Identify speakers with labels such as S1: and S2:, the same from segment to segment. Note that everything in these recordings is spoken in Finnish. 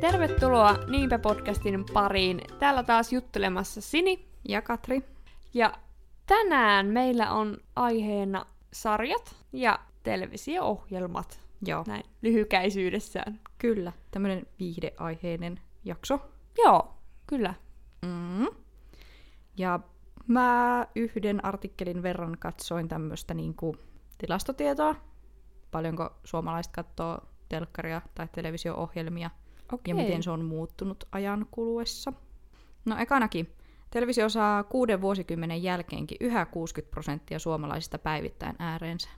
S1: Tervetuloa Niinpä podcastin pariin. Täällä taas juttelemassa Sini.
S2: Ja Katri.
S1: Ja tänään meillä on aiheena sarjat ja televisio-ohjelmat.
S2: Joo,
S1: Näin lyhykäisyydessään.
S2: kyllä. Tämmönen viihdeaiheinen jakso.
S1: Joo, kyllä.
S2: Mm. Ja mä yhden artikkelin verran katsoin tämmöistä niinku tilastotietoa. Paljonko suomalaiset katsoo telkkaria tai televisio-ohjelmia
S1: Okei.
S2: ja miten se on muuttunut ajan kuluessa. No ekanakin, televisio saa kuuden vuosikymmenen jälkeenkin yhä 60 prosenttia suomalaisista päivittäin ääreensä.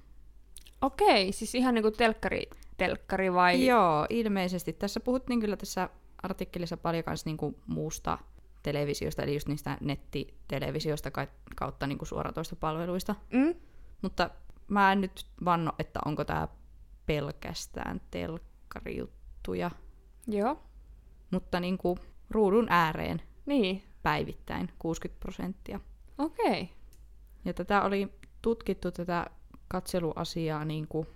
S1: Okei, siis ihan niinku telkkari, telkkari vai?
S2: Joo, ilmeisesti. Tässä puhuttiin kyllä tässä artikkelissa paljon myös niinku muusta televisiosta, eli just niistä nettitelevisiosta kai- kautta niinku suoratoista palveluista.
S1: Mm?
S2: Mutta mä en nyt vanno, että onko tämä pelkästään telkkarijuttuja,
S1: Joo.
S2: mutta niinku ruudun ääreen
S1: Niin.
S2: päivittäin 60 prosenttia.
S1: Okei.
S2: Ja tätä oli tutkittu tätä katseluasiaa niin kuin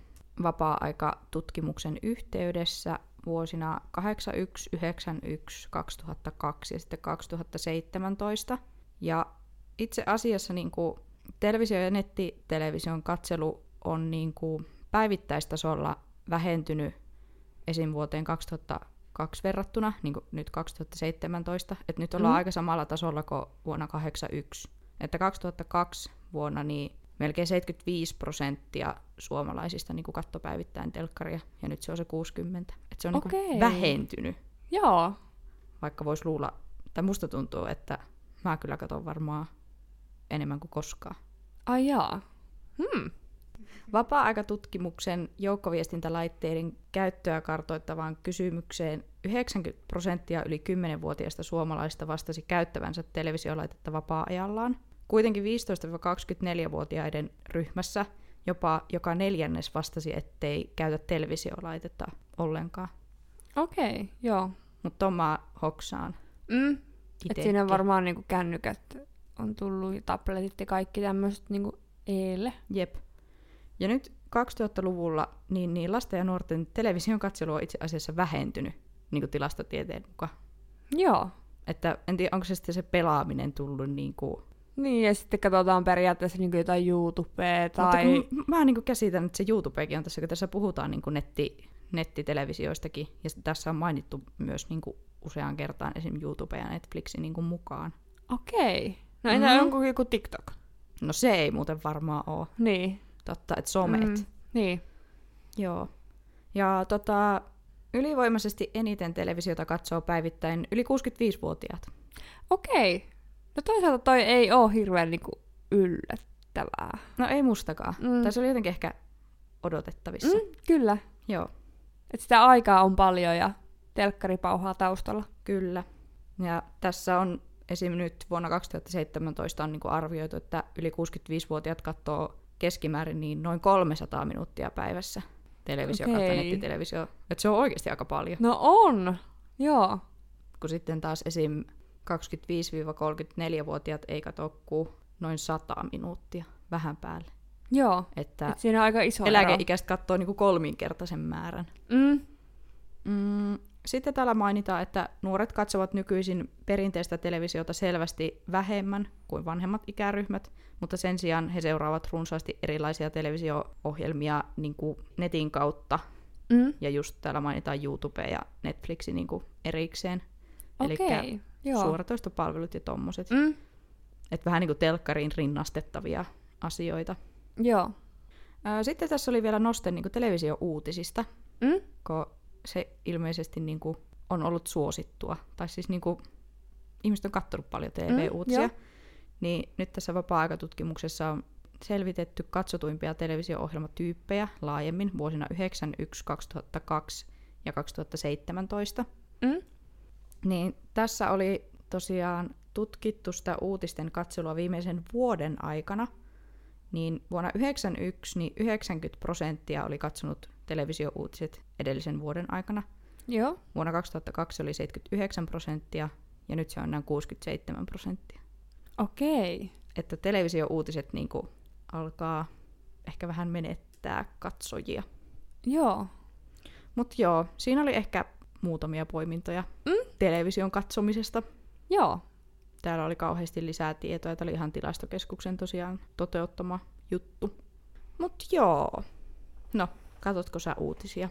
S2: vapaa-aikatutkimuksen yhteydessä vuosina 81, 91, 2002 ja sitten 2017. Ja itse asiassa niin kuin televisio- ja nettitelevision katselu on niin kuin päivittäistasolla vähentynyt esim. vuoteen 2002 verrattuna, niin kuin nyt 2017. Että nyt ollaan
S1: Mhm.
S2: mm. aika samalla tasolla kuin vuonna 81. Että 2002 vuonna niin melkein 75 prosenttia suomalaisista niin kuin katsoi päivittäin telkkaria, ja nyt se on se 60. Että se on niin
S1: Okei.
S2: kuin vähentynyt,
S1: Joo.
S2: vaikka voisi luulla, tai musta tuntuu, että mä kyllä katson varmaan enemmän kuin koskaan.
S1: Ai jaa. Hmm.
S2: Vapaa-aikatutkimuksen joukkoviestintälaitteiden käyttöä kartoittavaan kysymykseen 90 prosenttia yli 10-vuotiaista suomalaista vastasi käyttävänsä televisiolaitetta vapaa-ajallaan. Kuitenkin 15-24-vuotiaiden ryhmässä jopa joka neljännes vastasi, ettei käytä televisiolaitetta ollenkaan.
S1: Okei, joo.
S2: Mutta mä hoksaan
S1: Mm. Et
S2: itsekin.
S1: siinä on varmaan niinku kännykät on tullut ja tabletit ja kaikki tämmöiset niinku eelle.
S2: Jep. Ja nyt 2000-luvulla niin, niin lasten ja nuorten television katselu on itse asiassa vähentynyt niin kuin tilastotieteen mukaan.
S1: Joo.
S2: Että en tiedä, onko se sitten se pelaaminen tullut niin kuin...
S1: Niin, ja sitten katsotaan periaatteessa niinku jotain YouTubea tai...
S2: Mutta kun mä niin kuin käsitän, että se YouTubekin on tässä, kun tässä puhutaan niin kuin netti, nettitelevisioistakin, ja sitten tässä on mainittu myös niin kuin useaan kertaan esim. YouTube ja Netflixin niin kuin mukaan.
S1: Okei. No entä
S2: Mm.
S1: mm. onko joku TikTok?
S2: No se ei muuten varmaan ole.
S1: Niin.
S2: Totta, että somet. Mm.
S1: Niin.
S2: Joo. Ja tota, ylivoimaisesti eniten televisiota katsoo päivittäin yli 65-vuotiaat.
S1: Okei. No toisaalta toi ei oo hirveän niinku yllättävää.
S2: No ei mustakaan.
S1: Mm.
S2: Mm. Tai se oli jotenkin ehkä odotettavissa. Mm.
S1: Mm, kyllä.
S2: Joo.
S1: Et sitä aikaa on paljon ja telkkari pauhaa taustalla.
S2: Kyllä. Ja tässä on esim. nyt vuonna 2017 on niin arvioitu, että yli 65-vuotiaat katsoo keskimäärin niin noin 300 minuuttia päivässä televisio okay. kautta
S1: Okei.
S2: nettitelevisio. Et se on oikeasti aika paljon.
S1: No on. Joo.
S2: Kun sitten taas esim. 25-34-vuotiaat ei katso kuin noin 100 minuuttia vähän päälle.
S1: Joo.
S2: Että
S1: Et siinä on aika iso ero.
S2: eläkeikäiset katsoo niin kolminkertaisen määrän.
S1: Mm.
S2: Mm, sitten täällä mainitaan, että nuoret katsovat nykyisin perinteistä televisiota selvästi vähemmän kuin vanhemmat ikäryhmät, mutta sen sijaan he seuraavat runsaasti erilaisia televisio-ohjelmia niin kuin netin kautta.
S1: Mm.
S2: Ja just täällä mainitaan YouTube ja Netflix niin kuin erikseen. Elikkä
S1: Okei. Joo.
S2: Suoratoistopalvelut ja tommoset. Mm.
S1: Mm.
S2: Että vähän niin kuin telkkariin rinnastettavia asioita.
S1: Joo.
S2: Ää, Sitten tässä oli vielä noste niin kuin televisio-uutisista.
S1: Mm?
S2: kun se ilmeisesti niin kuin on ollut suosittua, tai siis niin kuin, ihmiset on kattonut paljon TV-uutisia,
S1: joo.
S2: mm, niin nyt tässä vapaa-aikatutkimuksessa on selvitetty katsotuimpia televisio-ohjelmatyyppejä laajemmin vuosina 91, 2002 ja 2017.
S1: Mm?
S2: Niin tässä oli tosiaan tutkittu sitä uutisten katselua viimeisen vuoden aikana. Niin vuonna 1991 niin 90 prosenttia oli katsonut televisiouutiset edellisen vuoden aikana.
S1: Joo.
S2: Vuonna 2002 oli 79 prosenttia ja nyt se on noin 67 prosenttia.
S1: Okei.
S2: Että televisiouutiset niin kuin alkaa ehkä vähän menettää katsojia.
S1: Joo.
S2: Mutta joo, siinä oli ehkä muutamia poimintoja mm? television katsomisesta.
S1: Joo.
S2: Täällä oli kauheasti lisää tietoa, tämä oli ihan tilastokeskuksen tosiaan toteuttama juttu. Mut joo. No, katotko sä uutisia?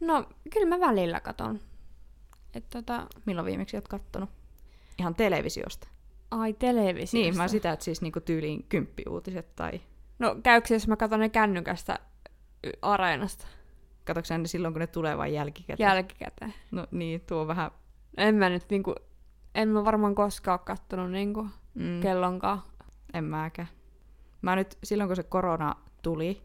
S1: No, kyllä mä välillä katon. Et tota,
S2: Milloin viimeksi oot kattonut? Ihan televisiosta.
S1: ai televisiosta.
S2: Niin, mä sitä, että siis niinku tyyliin kymppiuutiset tai...
S1: No, käykö se, jos mä katson ne kännykästä y- areenasta
S2: Katsoks sä ne silloin, kun ne tulee vai jälkikäteen?
S1: jälkikäteen?
S2: no niin, tuo on vähän...
S1: En mä nyt niinku, en mä varmaan koskaan ole kattonut niinku
S2: Mm,
S1: kellonkaan.
S2: en mäkään. Mä nyt, silloin kun se korona tuli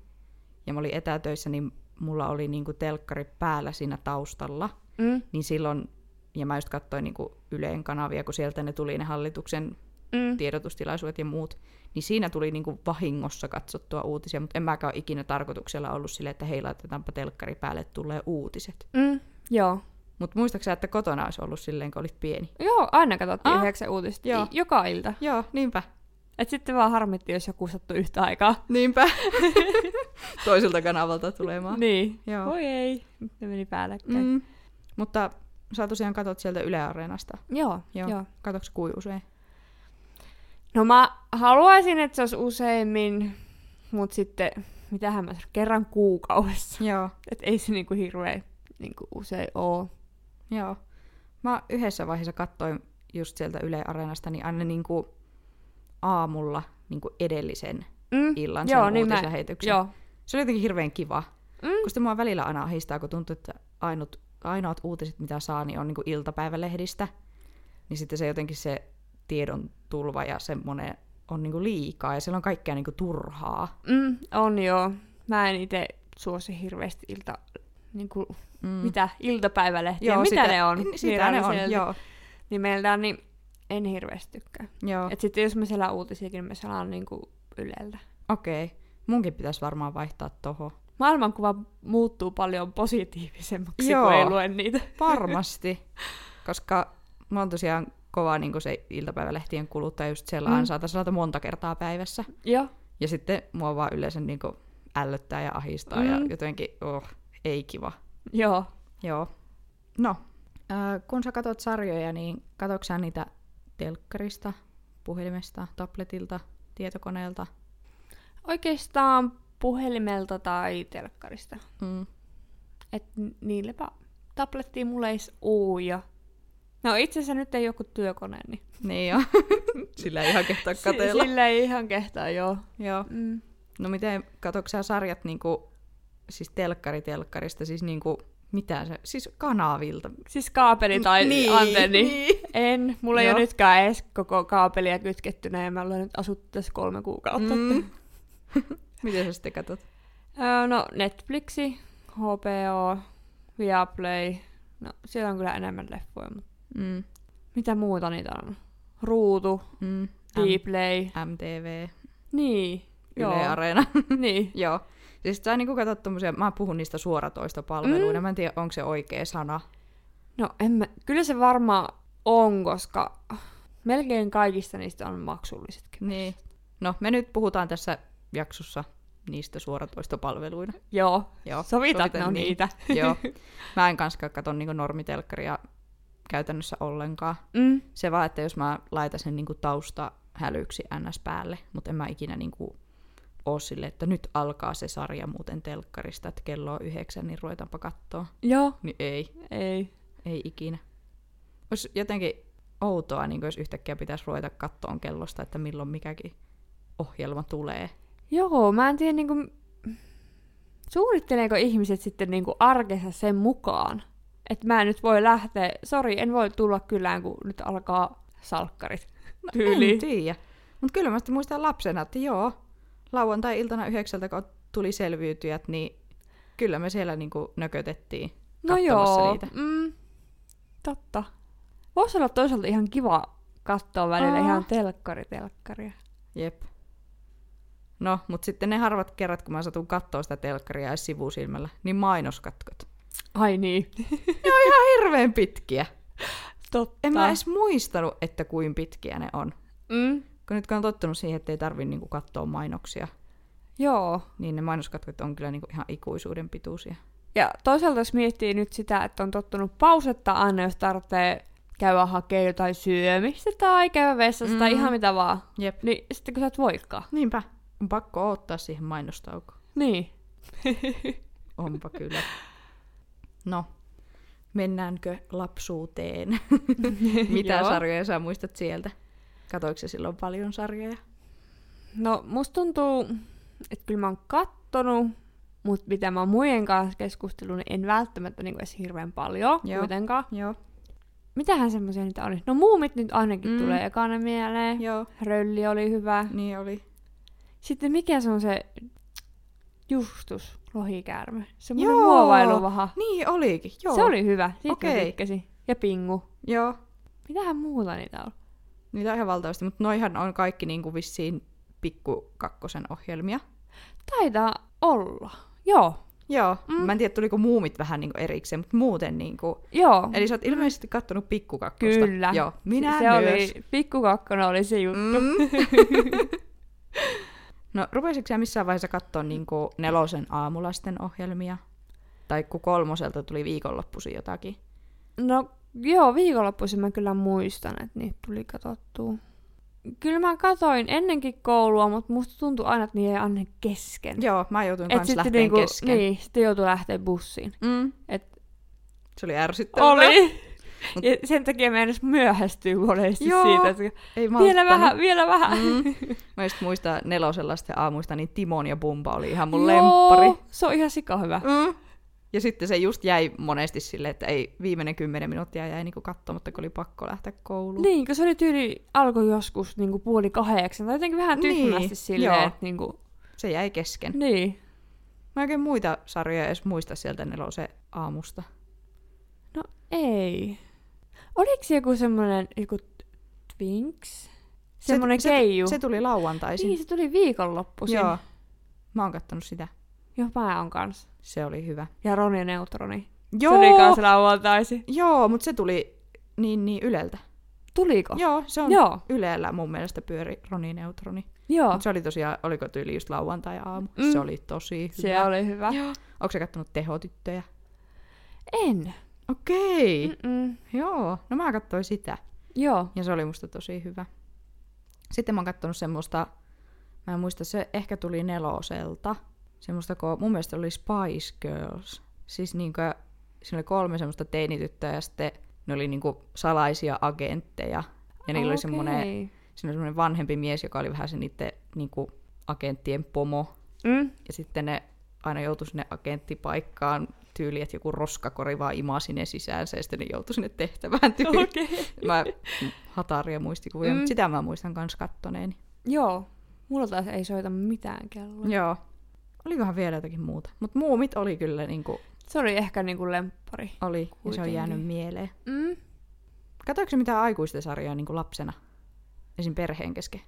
S2: ja mä olin etätöissä, niin mulla oli niinku telkkari päällä siinä taustalla.
S1: Mm,
S2: Niin silloin, ja mä just katsoin niinku Yleen kanavia, kun sieltä ne tuli ne hallituksen
S1: mm.
S2: tiedotustilaisuudet ja muut, niin siinä tuli niinku vahingossa katsottua uutisia, mutta en mäkään ole ikinä tarkoituksella ollut sille, että hei laitetaanpa telkkari päälle, tulee uutiset.
S1: Mm, joo.
S2: Mutta muistaaksä, että kotona olisi ollut silleen, kun olit pieni?
S1: Joo, aina katsottiin
S2: Ah,
S1: yhdeksän uutista.
S2: joo.
S1: Joo. Joka ilta.
S2: Joo, niinpä.
S1: Et sitten vaan harmitti, jos joku sattui yhtä aikaa.
S2: Niinpä. Toiselta kanavalta tulemaan.
S1: Niin.
S2: Joo.
S1: Voi ei. Nyt ne meni päällekkäin.
S2: Mm. Mutta sä tosiaan katot sieltä Yle Areenasta.
S1: Joo,
S2: Joo.
S1: joo. joo.
S2: Katoks kui usein?
S1: No mä haluaisin, että se olisi useimmin, mutta sitten, mitähän mä sanon, kerran kuukaudessa.
S2: Joo.
S1: Et ei se niinku hirveä niinku usein oo.
S2: Joo. Mä yhdessä vaiheessa katsoin just sieltä Yle Areenasta, niin aina niinku aamulla niinku edellisen
S1: Mm.
S2: illan
S1: Joo,
S2: sen
S1: niin mä-
S2: uutislähetyksen.
S1: Joo.
S2: Se oli jotenkin hirveän kiva.
S1: Mm.
S2: Mm. Koska mua välillä aina ahistaa, kun tuntuu, että ainut, ainoat uutiset, mitä saa, niin on niin iltapäivälehdistä. Niin sitten se jotenkin se tiedon tulva ja semmoinen on niin liikaa ja siellä on kaikkea niin turhaa.
S1: Mm, on joo. Mä en itse suosi hirveästi ilta... Niinku,
S2: Mm.
S1: mm. Mitä? Iltapäivälehtiä? Joo, mitä
S2: sitä,
S1: ne on?
S2: niin,
S1: Niin
S2: Sitä ne on,
S1: viralliselta
S2: joo.
S1: Nimeltään, niin en hirveästi tykkää.
S2: joo.
S1: Et sitten jos mä siellä uutisiakin, mä selaan niinku Yleltä.
S2: Okei. Okay. Munkin pitäisi varmaan vaihtaa toho.
S1: Maailmankuva muuttuu paljon positiivisemmaksi,
S2: Joo.
S1: kun ei lue niitä.
S2: Varmasti. koska mä oon tosiaan kova niin se iltapäivälehtien kuluttaja just sellainen, mm.
S1: Mm.
S2: saata selata monta kertaa päivässä.
S1: Joo.
S2: Ja sitten mua vaan yleensä niin ällöttää ja ahistaa mm. ja
S1: Mm.
S2: jotenkin, oh, ei kiva.
S1: Joo.
S2: Joo. No, äh, kun sä katot sarjoja, niin katoksa sä niitä telkkarista, puhelimesta, tabletilta, tietokoneelta?
S1: Oikeastaan puhelimelta tai telkkarista.
S2: Mm.
S1: Et n- niilläpä tablettia mulla ei oo ja... No itse asiassa nyt ei joku työkone, niin
S2: Niin joo. Sillä ei ihan kehtaa
S1: si-
S2: katella.
S1: sillä ei ihan kehtaa, joo.
S2: joo.
S1: Mm.
S2: No miten, katoksa sä sarjat niinku, siis telkkari telkkarista, siis niinku, mitä se, siis kanavilta?
S1: Siis kaapeli tai niin, antenni. Niin. En, mulla ei
S2: Joo.
S1: ole nytkään edes koko kaapelia kytkettynä ja mä ollaan nyt asuttu tässä kolme kuukautta.
S2: Mm. miten sä sitten katot?
S1: Öö, no Netflixi, HBO, Viaplay. No siellä on kyllä enemmän leffoja, mutta
S2: Mm.
S1: mitä muuta niitä on? Ruutu,
S2: Mm.
S1: Dplay.
S2: M- MTV,
S1: Niin.
S2: Yle
S1: Joo.
S2: Areena.
S1: niin.
S2: Joo. Siis sä niinku katsot tommosia, mä puhun niistä suoratoistopalveluina, mm. mä en tiedä onko se oikea sana.
S1: No en mä, kyllä se varmaan on, koska melkein kaikista niistä on maksullisetkin.
S2: Niin. No, me nyt puhutaan tässä jaksossa niistä suoratoistopalveluina.
S1: Joo.
S2: Joo.
S1: Sovitaan, että
S2: sovitaan
S1: ne on
S2: niin.
S1: niitä.
S2: Joo. Mä en kanskaan katso niinku normitelkkaria käytännössä ollenkaan.
S1: Mm.
S2: Se vaan, että jos mä laitan sen niinku tausta hälyksi ns päälle, mutta en mä ikinä niinku oo sille, että nyt alkaa se sarja muuten telkkarista, että kello on yhdeksän, niin ruvetaanpa katsoa.
S1: Joo.
S2: Niin ei.
S1: Ei.
S2: Ei ikinä. Olisi jotenkin outoa, niin jos yhtäkkiä pitäisi ruveta kattoon kellosta, että milloin mikäkin ohjelma tulee.
S1: Joo, mä en tiedä niinku... Suunnitteleeko ihmiset sitten niinku arkensa sen mukaan? Että mä en nyt voi lähteä, sori, en voi tulla kylään, kun nyt alkaa salkkarit.
S2: No, En
S1: Tyyli.
S2: tiedä. Mutta kyllä mä sitten muistan lapsena, että joo, lauantai-iltana yhdeksältä, kun tuli selviytyjät, niin kyllä me siellä niin nökötettiin.
S1: No
S2: katsomassa
S1: joo,
S2: niitä.
S1: Mm, totta. Voisi olla toisaalta ihan kiva katsoa välillä
S2: Aa.
S1: Aa. ihan telkkaritelkkaria.
S2: Jep. No, mutta sitten ne harvat kerrat, kun mä satun katsoa sitä telkkaria edes sivusilmällä, niin mainoskatkot.
S1: Ai niin,
S2: Hirveän pitkiä.
S1: totta.
S2: En mä edes muistanut, että kuin pitkiä ne on.
S1: mm,
S2: Kun nyt kun on tottunut siihen, että ei tarvi niinku katsoa mainoksia,
S1: joo,
S2: niin ne mainoskatkot on kyllä niinku ihan ikuisuuden pituisia.
S1: Ja toisaalta jos miettii nyt sitä, että on tottunut pausetta aina, jos tarvitsee käydä hakemaan jotain syömistä tai käydä vessassa mm. tai
S2: Mm.
S1: ihan mitä vaan,
S2: Jep.
S1: niin sitten kun sä et voikaan.
S2: Niinpä. On pakko ottaa siihen mainostaukoon.
S1: Niin.
S2: Onpa kyllä. No, mennäänkö lapsuuteen? Mitä
S1: Joo.
S2: sarjoja sä muistat sieltä? Katoiko sä silloin paljon sarjoja?
S1: No musta tuntuu, että kyllä mä oon kattonut, mutta mitä mä oon muiden kanssa keskustellut, niin en välttämättä niinku edes hirveän paljon
S2: Joo.
S1: Joo. kuitenkaan.
S2: Joo.
S1: Mitähän semmoisia niitä oli? No muumit nyt ainakin
S2: Mm.
S1: mm. tulee ekana mieleen.
S2: Joo,
S1: Rölli oli hyvä.
S2: niin oli.
S1: Sitten mikä se on se Justus lohikäärme? Semmoinen
S2: Joo.
S1: muovailuvaha.
S2: Niin olikin, joo.
S1: Se oli hyvä, siitä okay.
S2: Okei.
S1: mä tykkäsin. Ja Pingu.
S2: Joo.
S1: Mitähän muuta niitä on?
S2: Niitä on ihan valtavasti, mutta noihan on kaikki niinku vissiin pikku kakkosen ohjelmia.
S1: Taitaa olla. Joo,
S2: Joo. Mm.
S1: Mm.
S2: Mä en tiedä, tuliko muumit vähän niinku erikseen, mutta muuten niinku...
S1: joo.
S2: Eli sä oot ilmeisesti kattonut pikkukakkosta.
S1: Mm. Kyllä.
S2: Joo, minä
S1: se
S2: myös.
S1: oli, pikkukakkonen oli se juttu.
S2: Mm. no, rupesitko sä missään vaiheessa katsoa niinku nelosen aamulasten ohjelmia? Tai kun kolmoselta tuli viikonloppusi jotakin?
S1: No joo, viikonloppuisin mä kyllä muistan, että niitä tuli katsottua. Kyllä mä katoin ennenkin koulua, mutta musta tuntui aina, että niitä ei anna kesken.
S2: Joo, mä joutuin
S1: Et
S2: kanssa
S1: sitten,
S2: lähteen
S1: niinku,
S2: kesken.
S1: niin, sitten joutui lähteä bussiin.
S2: Mm.
S1: Et
S2: Se oli ärsyttävää.
S1: Oli.
S2: Mut-
S1: Ja sen takia mä en edes myöhästyy monesti
S2: Joo.
S1: siitä, että
S2: Ei
S1: vielä
S2: malttanut.
S1: vähän, vielä vähän.
S2: Mm. Mä just muistan nelosella sitten aamuista, niin Timon ja Bumba oli ihan mun
S1: Joo,
S2: lemppari.
S1: Se on ihan sika hyvä.
S2: Mm. Ja sitten se just jäi monesti silleen, että ei viimeinen kymmenen minuuttia jäi niinku katsomatta, kun oli pakko lähteä kouluun.
S1: Niin, kun se oli tyyli, alkoi joskus niinku puoli kahdeksan, tai jotenkin vähän
S2: Niin,
S1: tyhmästi silleen,
S2: joo.
S1: että niinku,
S2: Se jäi kesken.
S1: niin.
S2: Mä oikein muita sarjoja edes muista sieltä nelosen aamusta.
S1: No ei. Oliko se joku semmonen, joku Twinks? Semmonen
S2: se,
S1: keiju.
S2: Se, se tuli lauantaisin.
S1: niin, se tuli viikonloppuisin. Joo.
S2: Joo. Mä oon kattonut sitä.
S1: Joo, mä on kans.
S2: Se oli hyvä.
S1: Ja Roni Neutroni.
S2: Joo,
S1: Se oli kans lauantaisin.
S2: Joo mutta se tuli niin, niin Yleltä.
S1: Tuliko?
S2: Joo, se on
S1: Joo.
S2: Ylellä mun mielestä pyöri Roni Neutroni.
S1: Joo.
S2: Mut se oli tosiaan, oliko tyyli just lauantai-aamu. Mm.
S1: Mm.
S2: Se oli tosi
S1: Se
S2: hyvä.
S1: oli hyvä.
S2: Joo. Onko sä kattonut Tehotyttöjä?
S1: En.
S2: Okei. Okay.
S1: Mm-mm.
S2: Mm. Joo. No mä katsoin sitä.
S1: Joo.
S2: Ja se oli musta tosi hyvä. Sitten mä oon kattonut semmoista, mä en muista, se ehkä tuli neloselta. Semmoista, kun mun mielestä oli Spice Girls. Siis niinkö, siinä oli kolme semmoista teinityttöä ja sitten ne oli niinku salaisia agentteja. Ja niillä okay. oli semmoinen
S1: Okei.
S2: siinä oli semmoinen vanhempi mies, joka oli vähän se niiden niinku, agenttien pomo.
S1: Mm.
S2: Ja sitten ne aina joutui sinne agenttipaikkaan tyyli, että joku roskakori vaan imasi ne sisäänsä ja sitten ne joutui sinne tehtävään tyyliin. Okay.
S1: Okei.
S2: Mä hataria muistikuvia, mm.
S1: Mm.
S2: mutta sitä mä muistan kans kattoneeni.
S1: Joo. Mulla taas ei soita mitään kelloa.
S2: Joo. Olikohan vielä jotakin muuta. Mutta muumit oli kyllä niinku,
S1: Se oli ehkä niinku lemppari.
S2: oli, ja se on
S1: Kuitenkin.
S2: jäänyt mieleen.
S1: Mm.
S2: Katoiko sä mitään aikuisten sarjaa niinku lapsena? Esim. perheen kesken.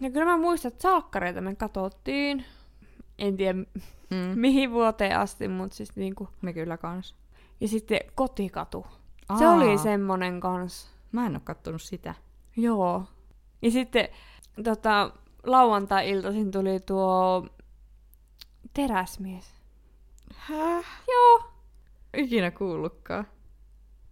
S1: Ja kyllä mä muistan, että salkkareita me katsottiin. En tiedä
S2: Mm.
S1: mihin vuoteen asti, mutta siis niinku...
S2: Me kyllä kans.
S1: Ja sitten kotikatu. Aa. Se oli semmonen kans.
S2: Mä en oo kattonut sitä.
S1: Joo. Ja sitten tota, lauantai-iltaisin tuli tuo teräsmies.
S2: Häh?
S1: Joo.
S2: Ikinä kuullutkaan.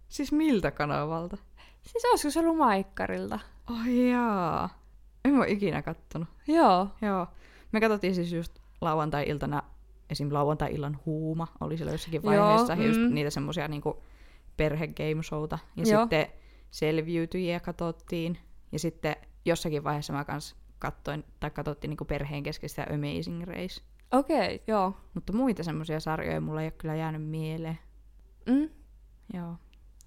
S2: Siis miltä kanavalta?
S1: Siis olisiko se ollut Maikkarilta?
S2: Ai jaa. En mä oo ikinä kattonut.
S1: Joo.
S2: Joo. Me katsottiin siis just lauantai-iltana, esim. lauantai-illan huuma oli siellä jossakin
S1: Joo,
S2: vaiheessa. Joo, just
S1: mm.
S2: niitä semmosia niinku perhe game showta. Ja Joo.
S1: Joo.
S2: sitten selviytyjiä katsottiin. Ja sitten jossakin vaiheessa mä kans katsoin, tai katsottiin niinku perheen keskeistä Amazing Race.
S1: Okei, okay, joo.
S2: Mutta muita semmosia sarjoja mulla ei ole kyllä jäänyt mieleen.
S1: Mm.
S2: Joo.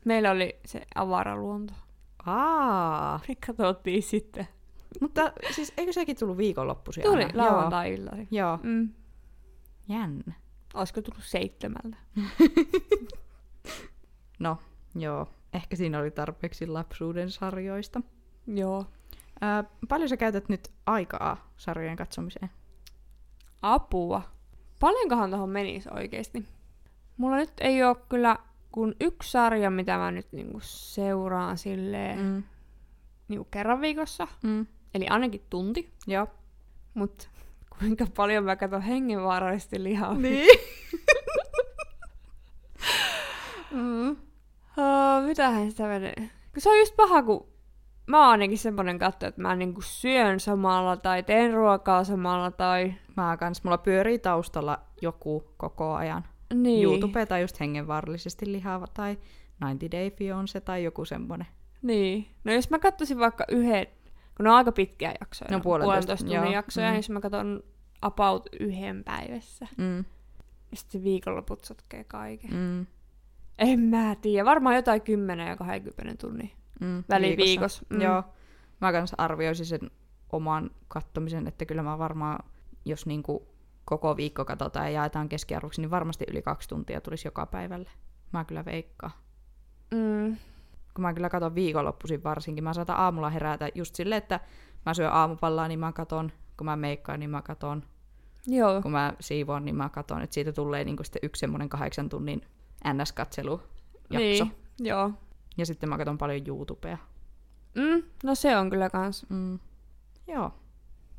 S1: Meillä oli se avaraluonto.
S2: Aa,
S1: Me katsottiin sitten.
S2: mutta siis eikö sekin tullut viikonloppuisin
S1: Tuli
S2: aina? Joo.
S1: lauantai-illasi.
S2: Joo,
S1: Mm.
S2: jännä.
S1: Olisiko tullut seitsemältä?
S2: No, joo. Ehkä siinä oli tarpeeksi lapsuuden sarjoista.
S1: Joo.
S2: Ää, paljon sä käytät nyt aikaa sarjojen katsomiseen?
S1: Apua. Paljonkohan tuohon menisi oikeasti? Mulla nyt ei ole kyllä kun yksi sarja, mitä mä nyt niinku seuraan silleen mm.
S2: Mm.
S1: niinku kerran viikossa.
S2: Mm.
S1: Eli ainakin tunti.
S2: Joo.
S1: Mut kuinka paljon mä katson hengenvaarallisesti lihaa.
S2: Niin. Mm.
S1: Oh, mitähän sitä menee? Kun se on just paha, kun mä oon ainakin semmonen katto, että mä niinku syön samalla tai teen ruokaa samalla tai...
S2: Mä kans, mulla pyörii taustalla joku koko ajan.
S1: Niin.
S2: YouTube tai just hengenvaarallisesti lihava tai 90 Day Fiance tai joku semmonen.
S1: Niin. No jos mä katsoisin vaikka yhden, kun ne on aika pitkiä jaksoja.
S2: Ne on puolentoista, joo.
S1: tunnin jaksoja,
S2: Mm.
S1: mm. niin jos mä katson about yhden päivässä,
S2: Mm.
S1: niin sitten viikonloput sotkee kaiken. Mm.
S2: Mm.
S1: En mä tiedä. Varmaan jotain 10 ja 20 tunnin
S2: Mm.
S1: väliviikossa.
S2: Mm. Joo. Mä kans arvioisin sen oman kattomisen, että kyllä mä varmaan, jos niinku koko viikko katsotaan ja jaetaan keskiarvoksi, niin varmasti yli kaksi tuntia tulisi joka päivälle. Mä kyllä veikkaan.
S1: Mm.
S2: Kun mä kyllä katon viikonloppuisin varsinkin, mä saatan aamulla herätä just silleen, että mä syön aamupallaa, niin mä katon. Kun mä meikkaan, niin mä katon.
S1: Joo.
S2: Kun mä siivoon, niin mä katon. Että siitä tulee niinku sitten yksi semmoinen kahdeksan tunnin NS-katselu jakso. Niin.
S1: Niin. Joo.
S2: Ja sitten mä katon paljon YouTubea.
S1: Mm. No se on kyllä kans.
S2: Mm. Joo.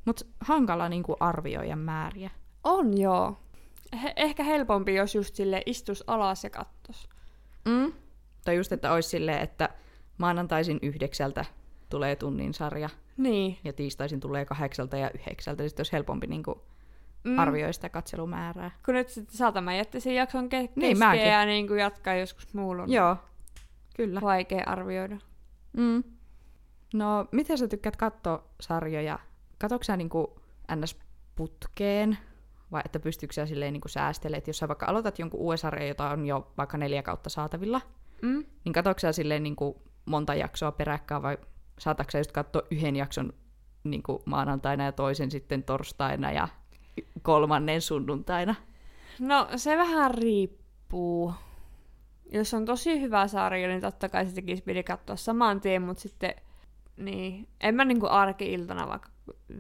S2: Mutta hankala niinku arvioida määriä.
S1: On joo. He- ehkä helpompi, jos just sille istus alas ja kattos.
S2: Mm. Tai just, että olisi silleen, että maanantaisin yhdeksältä tulee tunnin sarja
S1: Niin.
S2: ja tiistaisin tulee kahdeksalta ja yhdeksältä. Sitten olisi helpompi niinku
S1: Mm.
S2: mm. arvioida sitä katselumäärää.
S1: Kun nyt sitten saatan mä jättää sen jakson ke- kesken
S2: Niin,
S1: niin,
S2: mäkin.
S1: ja niin kuin jatkaa joskus muulla on
S2: Joo, kyllä.
S1: vaikea arvioida.
S2: Mm. No, miten sä tykkäät katsoa sarjoja? Katsoitko sä niinku ns. putkeen? Vai että pystyykö sä silleen niinku säästelemään, että jos sä vaikka aloitat jonkun uuden sarjan, jota on jo vaikka neljä kautta saatavilla,
S1: Mm?
S2: Niin katsoitko sä silleen niin kuin monta jaksoa peräkkäin vai saatatko sä just katsoa yhden jakson niin kuin maanantaina ja toisen sitten torstaina ja y- kolmannen sunnuntaina?
S1: No se vähän riippuu. Jos on tosi hyvä sarja, niin totta kai se tekisi pidi katsoa saman tien, mutta sitten niin, en mä niinku arki-iltana vaikka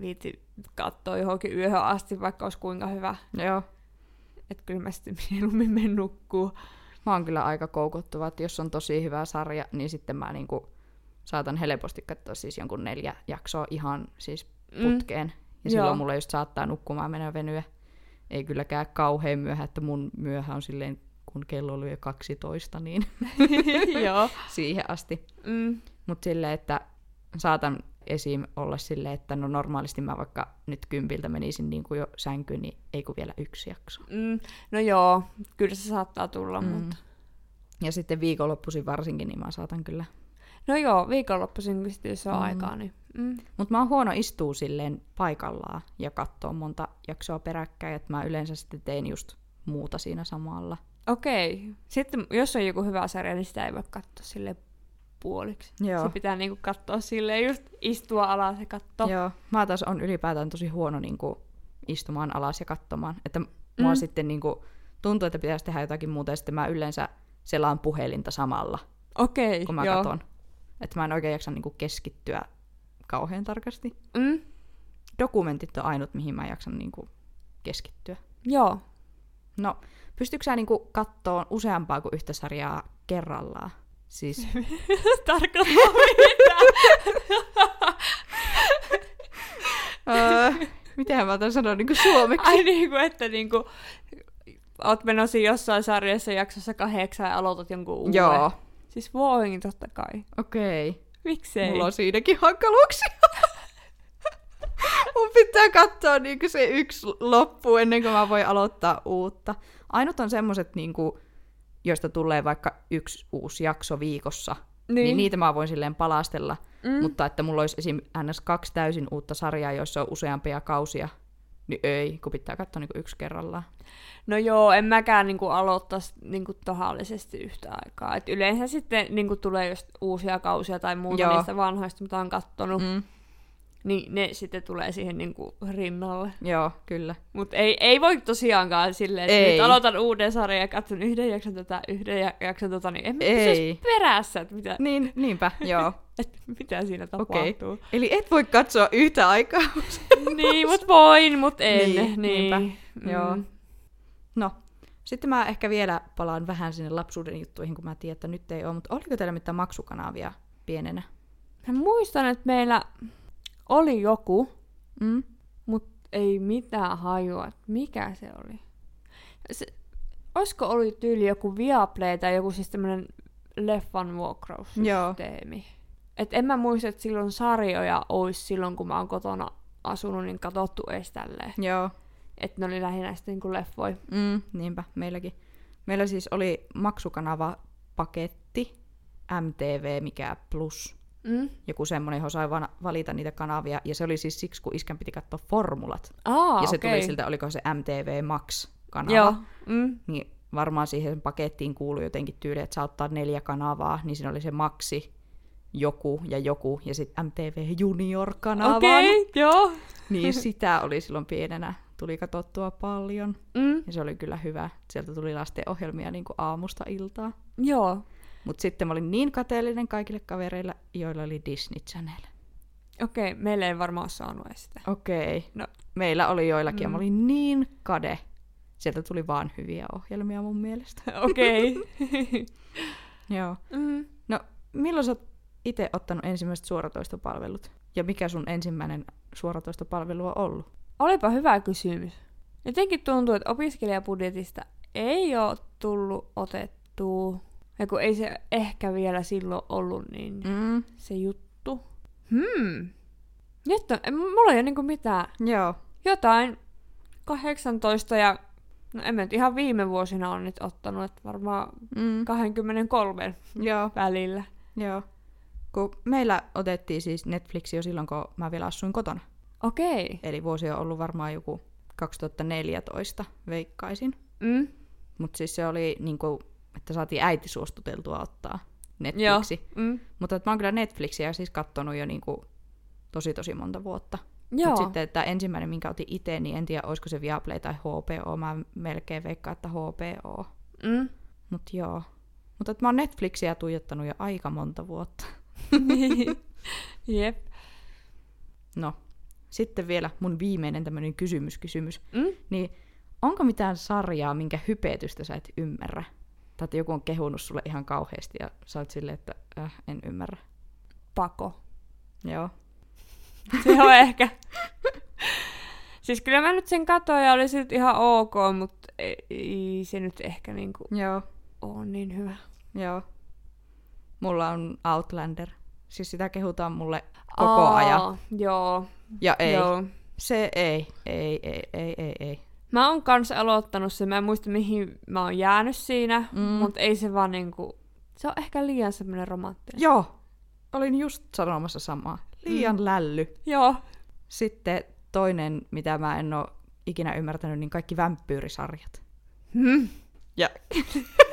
S1: viiti katsoa johonkin yöhön asti, vaikka olisi kuinka hyvä.
S2: Joo.
S1: Että kyllä mä sitten mieluummin menen nukkuu.
S2: Mä oon kyllä aika koukuttuva, että jos on tosi hyvä sarja, niin sitten mä niin kuin saatan helposti katsoa siis jonkun neljä jaksoa ihan siis putkeen. Mm. Ja silloin
S1: Joo.
S2: mulla just saattaa nukkumaan mennä venyä. Ei kyllä käy kauhean myöhä, että mun myöhä on silleen, kun kello lyö 12, niin
S1: Joo.
S2: siihen asti.
S1: Mm.
S2: Mutta silleen, että saatan esim. olla silleen, että no normaalisti mä vaikka nyt kympiltä menisin niin kuin jo sänkyyn, niin ei kun vielä yksi jakso.
S1: Mm. No joo, kyllä se saattaa tulla, mm.
S2: Mm.
S1: mutta...
S2: Ja sitten viikonloppuisin varsinkin, niin mä saatan kyllä.
S1: No joo, viikonloppuisin, kun sitten jos on mm. aikaa, niin... Mm.
S2: Mutta mä oon huono istuu silleen paikallaan ja katsoa monta jaksoa peräkkäin, että mä yleensä sitten teen just muuta siinä samalla.
S1: Okei. Sitten jos on joku hyvä sarja, niin sitä ei voi katsoa sille puoliksi.
S2: Joo.
S1: Se pitää niinku katsoa silleen just istua alas ja katsoa.
S2: Joo. Mä taas on ylipäätään tosi huono niin kuin, istumaan alas ja katsomaan. Että mua
S1: Mm.
S2: sitten niin kuin, tuntuu, että pitäisi tehdä jotakin muuta ja sitten mä yleensä selaan puhelinta samalla.
S1: Okei,
S2: kun mä
S1: joo.
S2: katon. Että mä en oikein jaksa niinku keskittyä kauhean tarkasti.
S1: Mm?
S2: Dokumentit on ainut, mihin mä jaksan niinku keskittyä.
S1: Joo.
S2: No, pystytkö sä niinku kattoon useampaa kuin yhtä sarjaa kerrallaan? Siis,
S1: Tarkoittaa
S2: öö, miten mä tämän sanon niinku suomeksi?
S1: Ai niinku, että niinku, oot menossa jossain sarjassa jaksossa kahdeksan ja aloitat jonkun uuden.
S2: Joo,
S1: Siis voin totta kai.
S2: okei. Okay.
S1: Miksei?
S2: Mulla on siinäkin hankaluuksia. Mun pitää katsoa niinku se yksi loppu ennen kuin mä voin aloittaa uutta. Ainut on semmoset, niinku, joista tulee vaikka yksi uusi jakso viikossa. Niin, niin niitä mä voin silleen palastella. Mm.
S1: Mm.
S2: Mutta että mulla olisi esim. ns. kaksi täysin uutta sarjaa, joissa on useampia kausia. Niin ei, kun pitää katsoa niinku yksi kerrallaan.
S1: No joo, en mäkään niinku aloittaisi niinku tahallisesti yhtä aikaa. Et yleensä sitten niinku tulee just uusia kausia tai muuta
S2: Joo.
S1: joo. niistä vanhoista, mitä on kattonut, mm.
S2: Mm.
S1: niin ne sitten tulee siihen niinku rinnalle.
S2: Joo, kyllä.
S1: Mutta ei, ei voi tosiaankaan silleen, että
S2: Ei.
S1: nyt aloitan uuden sarjan ja katson yhden jakson tätä, yhden ja- jakson tota, niin en mä
S2: Ei.
S1: pysyisi perässä, että mitä,
S2: Niin, niinpä, joo.
S1: et mitä siinä
S2: Okei.
S1: tapahtuu. Okay.
S2: Eli et voi katsoa yhtä aikaa.
S1: niin, mut voin, mut en.
S2: Niin,
S1: Niin,
S2: niinpä.
S1: niin.
S2: Joo. No, sitten mä ehkä vielä palaan vähän sinne lapsuuden juttuihin, kun mä tiedän, että nyt ei ole, mutta oliko teillä mitään maksukanavia pienenä?
S1: Mä muistan, että meillä oli joku,
S2: Mm?
S1: Mut ei mitään hajua, että mikä se oli. Se, Olisiko ollut tyyli joku Viaplay tai joku siis tämmönen leffan vuokraussysteemi? Et en mä muista, että silloin sarjoja olisi silloin, kun mä oon kotona asunut, niin katsottu edes tälleen.
S2: Joo.
S1: Että ne oli lähinnä sitten niin leffoi.
S2: Mm, niinpä, meilläkin. Meillä siis oli maksukanavapaketti, MTV, mikä plus,
S1: Mm?
S2: joku semmoinen, johon sai vaan valita niitä kanavia. Ja se oli siis siksi, kun iskän piti katsoa formulat.
S1: Aa,
S2: ja se
S1: okei.
S2: tuli siltä, oliko se MTV Max-kanava.
S1: Joo. Mm.
S2: Niin varmaan siihen pakettiin kuului jotenkin tyyli, että saa ottaa neljä kanavaa, niin siinä oli se Maxi, joku ja joku, ja sitten MTV Junior-kanavan.
S1: Okei, okay, joo.
S2: Niin sitä oli silloin pienenä. Tuli katsottua paljon.
S1: Mm.
S2: Ja se oli kyllä hyvä. Sieltä tuli lasten ohjelmia niin aamusta iltaa.
S1: Joo.
S2: Mutta sitten mä olin niin kateellinen kaikille kavereille, joilla oli Disney Channel.
S1: Okei, okay, meillä ei varmaan ole saanut edes sitä.
S2: Okei. Okay.
S1: No.
S2: Meillä oli joillakin mm. ja mä olin niin kade. Sieltä tuli vaan hyviä ohjelmia mun mielestä.
S1: Okei. Okay.
S2: Joo.
S1: mm.
S2: No, milloin sä oot itse ottanut ensimmäiset suoratoistopalvelut? Ja mikä sun ensimmäinen suoratoistopalvelu on ollut?
S1: Olipa hyvä kysymys. Jotenkin tuntuu, että opiskelijabudjetista ei ole tullut otettua. Ja kun ei se ehkä vielä silloin ollut, niin
S2: Mm.
S1: se juttu. Hmm. Nyt on, en- mulla ei ole niinku mitään.
S2: Joo.
S1: Jotain 18 ja... No en mä nyt ihan viime vuosina on nyt ottanut, että varmaan
S2: Mm.
S1: 23
S2: Joo.
S1: välillä.
S2: Joo. Kun meillä otettiin siis Netflixi jo silloin, kun mä vielä asuin kotona.
S1: Okei.
S2: Eli vuosi on ollut varmaan joku 2014, veikkaisin.
S1: Mm.
S2: Mutta siis se oli niin kuin, että saatiin äiti suostuteltua ottaa Netflixi.
S1: Mm.
S2: Mutta et mä oon kyllä Netflixiä siis kattonut jo niin kuin tosi tosi monta vuotta.
S1: Joo.
S2: Mutta sitten tämä ensimmäinen, minkä otin itse, niin en tiedä olisiko se Viaplay tai HBO. Mä melkein veikkaan, että HBO.
S1: Mm.
S2: Mutta joo. Mutta mä oon Netflixiä tuijottanut jo aika monta vuotta.
S1: Jep.
S2: No, sitten vielä mun viimeinen tämmöinen kysymyskysymys.
S1: Mm.
S2: Niin onko mitään sarjaa, minkä hypetystä sä et ymmärrä? Tai että joku on kehunut sulle ihan kauheasti ja sä oot silleen, että äh, en ymmärrä.
S1: Pako.
S2: Joo.
S1: Se on ehkä. Siis kyllä mä nyt sen katoin ja oli se nyt ihan ok, mutta ei, ei se nyt ehkä niinku
S2: Joo.
S1: on niin hyvä.
S2: Joo. Mulla on Outlander. Siis sitä kehutaan mulle koko Aa. ajan.
S1: Joo,
S2: Ja ei. Joo.
S1: joo.
S2: Se ei. Ei, ei, ei, ei, ei.
S1: Mä oon kans aloittanut sen, mä en muista mihin mä oon jäänyt siinä,
S2: Mm.
S1: mm. mutta ei se vaan niinku, se on ehkä liian semmoinen romanttinen.
S2: Joo. Olin just sanomassa samaa. Liian mm. lälly.
S1: Joo.
S2: Sitten toinen, mitä mä en oo ikinä ymmärtänyt, niin kaikki vampyyrisarjat.
S1: Hmm.
S2: Ja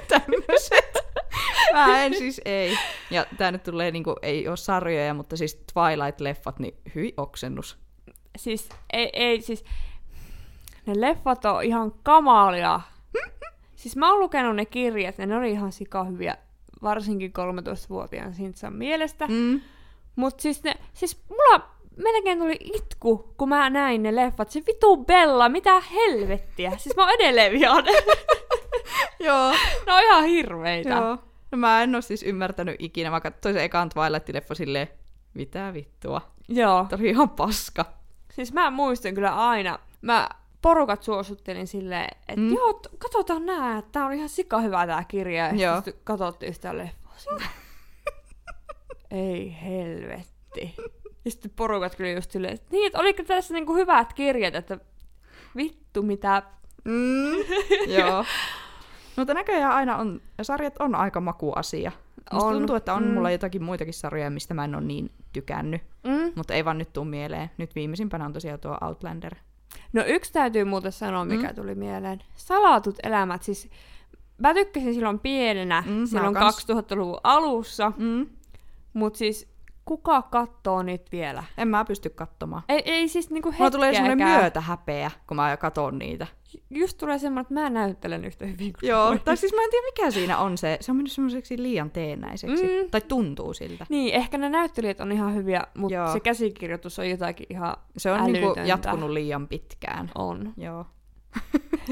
S2: tämmöiset. Mä en siis ei. Ja tää nyt tulee niinku, ei oo sarjoja, mutta siis Twilight-leffat, niin hyi oksennus.
S1: Siis, ei, ei, siis, ne leffat on ihan kamalia. siis mä oon lukenut ne kirjat, ja ne oli ihan sikahyviä, varsinkin 13-vuotiaan Sintsan mielestä.
S2: Mm.
S1: Mut siis ne, siis mulla melkein tuli itku, kun mä näin ne leffat. Se vitu Bella, mitä helvettiä. Siis mä oon edelleen vihainen.
S2: Joo.
S1: ne on ihan hirveitä.
S2: Joo. No mä en oo siis ymmärtänyt ikinä. Mä katsoin sen ekan Twilight-leffa silleen, mitä vittua.
S1: Joo.
S2: Tämä oli ihan paska.
S1: Siis mä muistan kyllä aina, mä porukat suosittelin silleen, että
S2: Mm.
S1: mm. joo, t- katsotaan nää, että tää on ihan sika hyvä tää kirja.
S2: Joo.
S1: Ja sitten katsottiin sitä leffaa silleen. Ei helvetti. Ja sitten porukat kyllä just silleen, että niin, että oliko tässä niinku hyvät kirjat, että vittu mitä.
S2: Mm. Joo. No, Mutta näköjään aina on, sarjat on aika makuasia. Musta
S1: On.
S2: tuntuu, että on mm.
S1: Mm.
S2: mulla jotakin muitakin sarjoja, mistä mä en ole niin tykännyt.
S1: Mm.
S2: Mutta ei vaan nyt tuu mieleen. Nyt viimeisimpänä on tosiaan tuo Outlander.
S1: No yksi täytyy muuten sanoa, mikä mm. tuli mieleen. Salatut elämät, siis mä tykkäsin silloin pienenä,
S2: Mm, mä
S1: mm, silloin
S2: kans.
S1: 2000-luvun alussa,
S2: Mm.
S1: mutta siis kuka kattoo niitä vielä?
S2: En mä pysty katsomaan.
S1: Ei, ei siis niinku
S2: Mulla tulee semmoinen
S1: hetkeäkään.
S2: myötähäpeä, kun mä katon niitä.
S1: Just tulee semmoinen, että mä näyttelen yhtä hyvin kuin
S2: Joo,
S1: voi.
S2: tai siis mä en tiedä mikä siinä on se. Se on mennyt semmoiseksi liian teennäiseksi. Mm.
S1: Mm.
S2: Tai tuntuu siltä.
S1: Niin, ehkä ne näyttelijät on ihan hyviä, mutta
S2: Joo.
S1: se käsikirjoitus on jotakin ihan
S2: Se on niinku
S1: Älytöntä.
S2: jatkunut liian pitkään.
S1: on.
S2: Joo.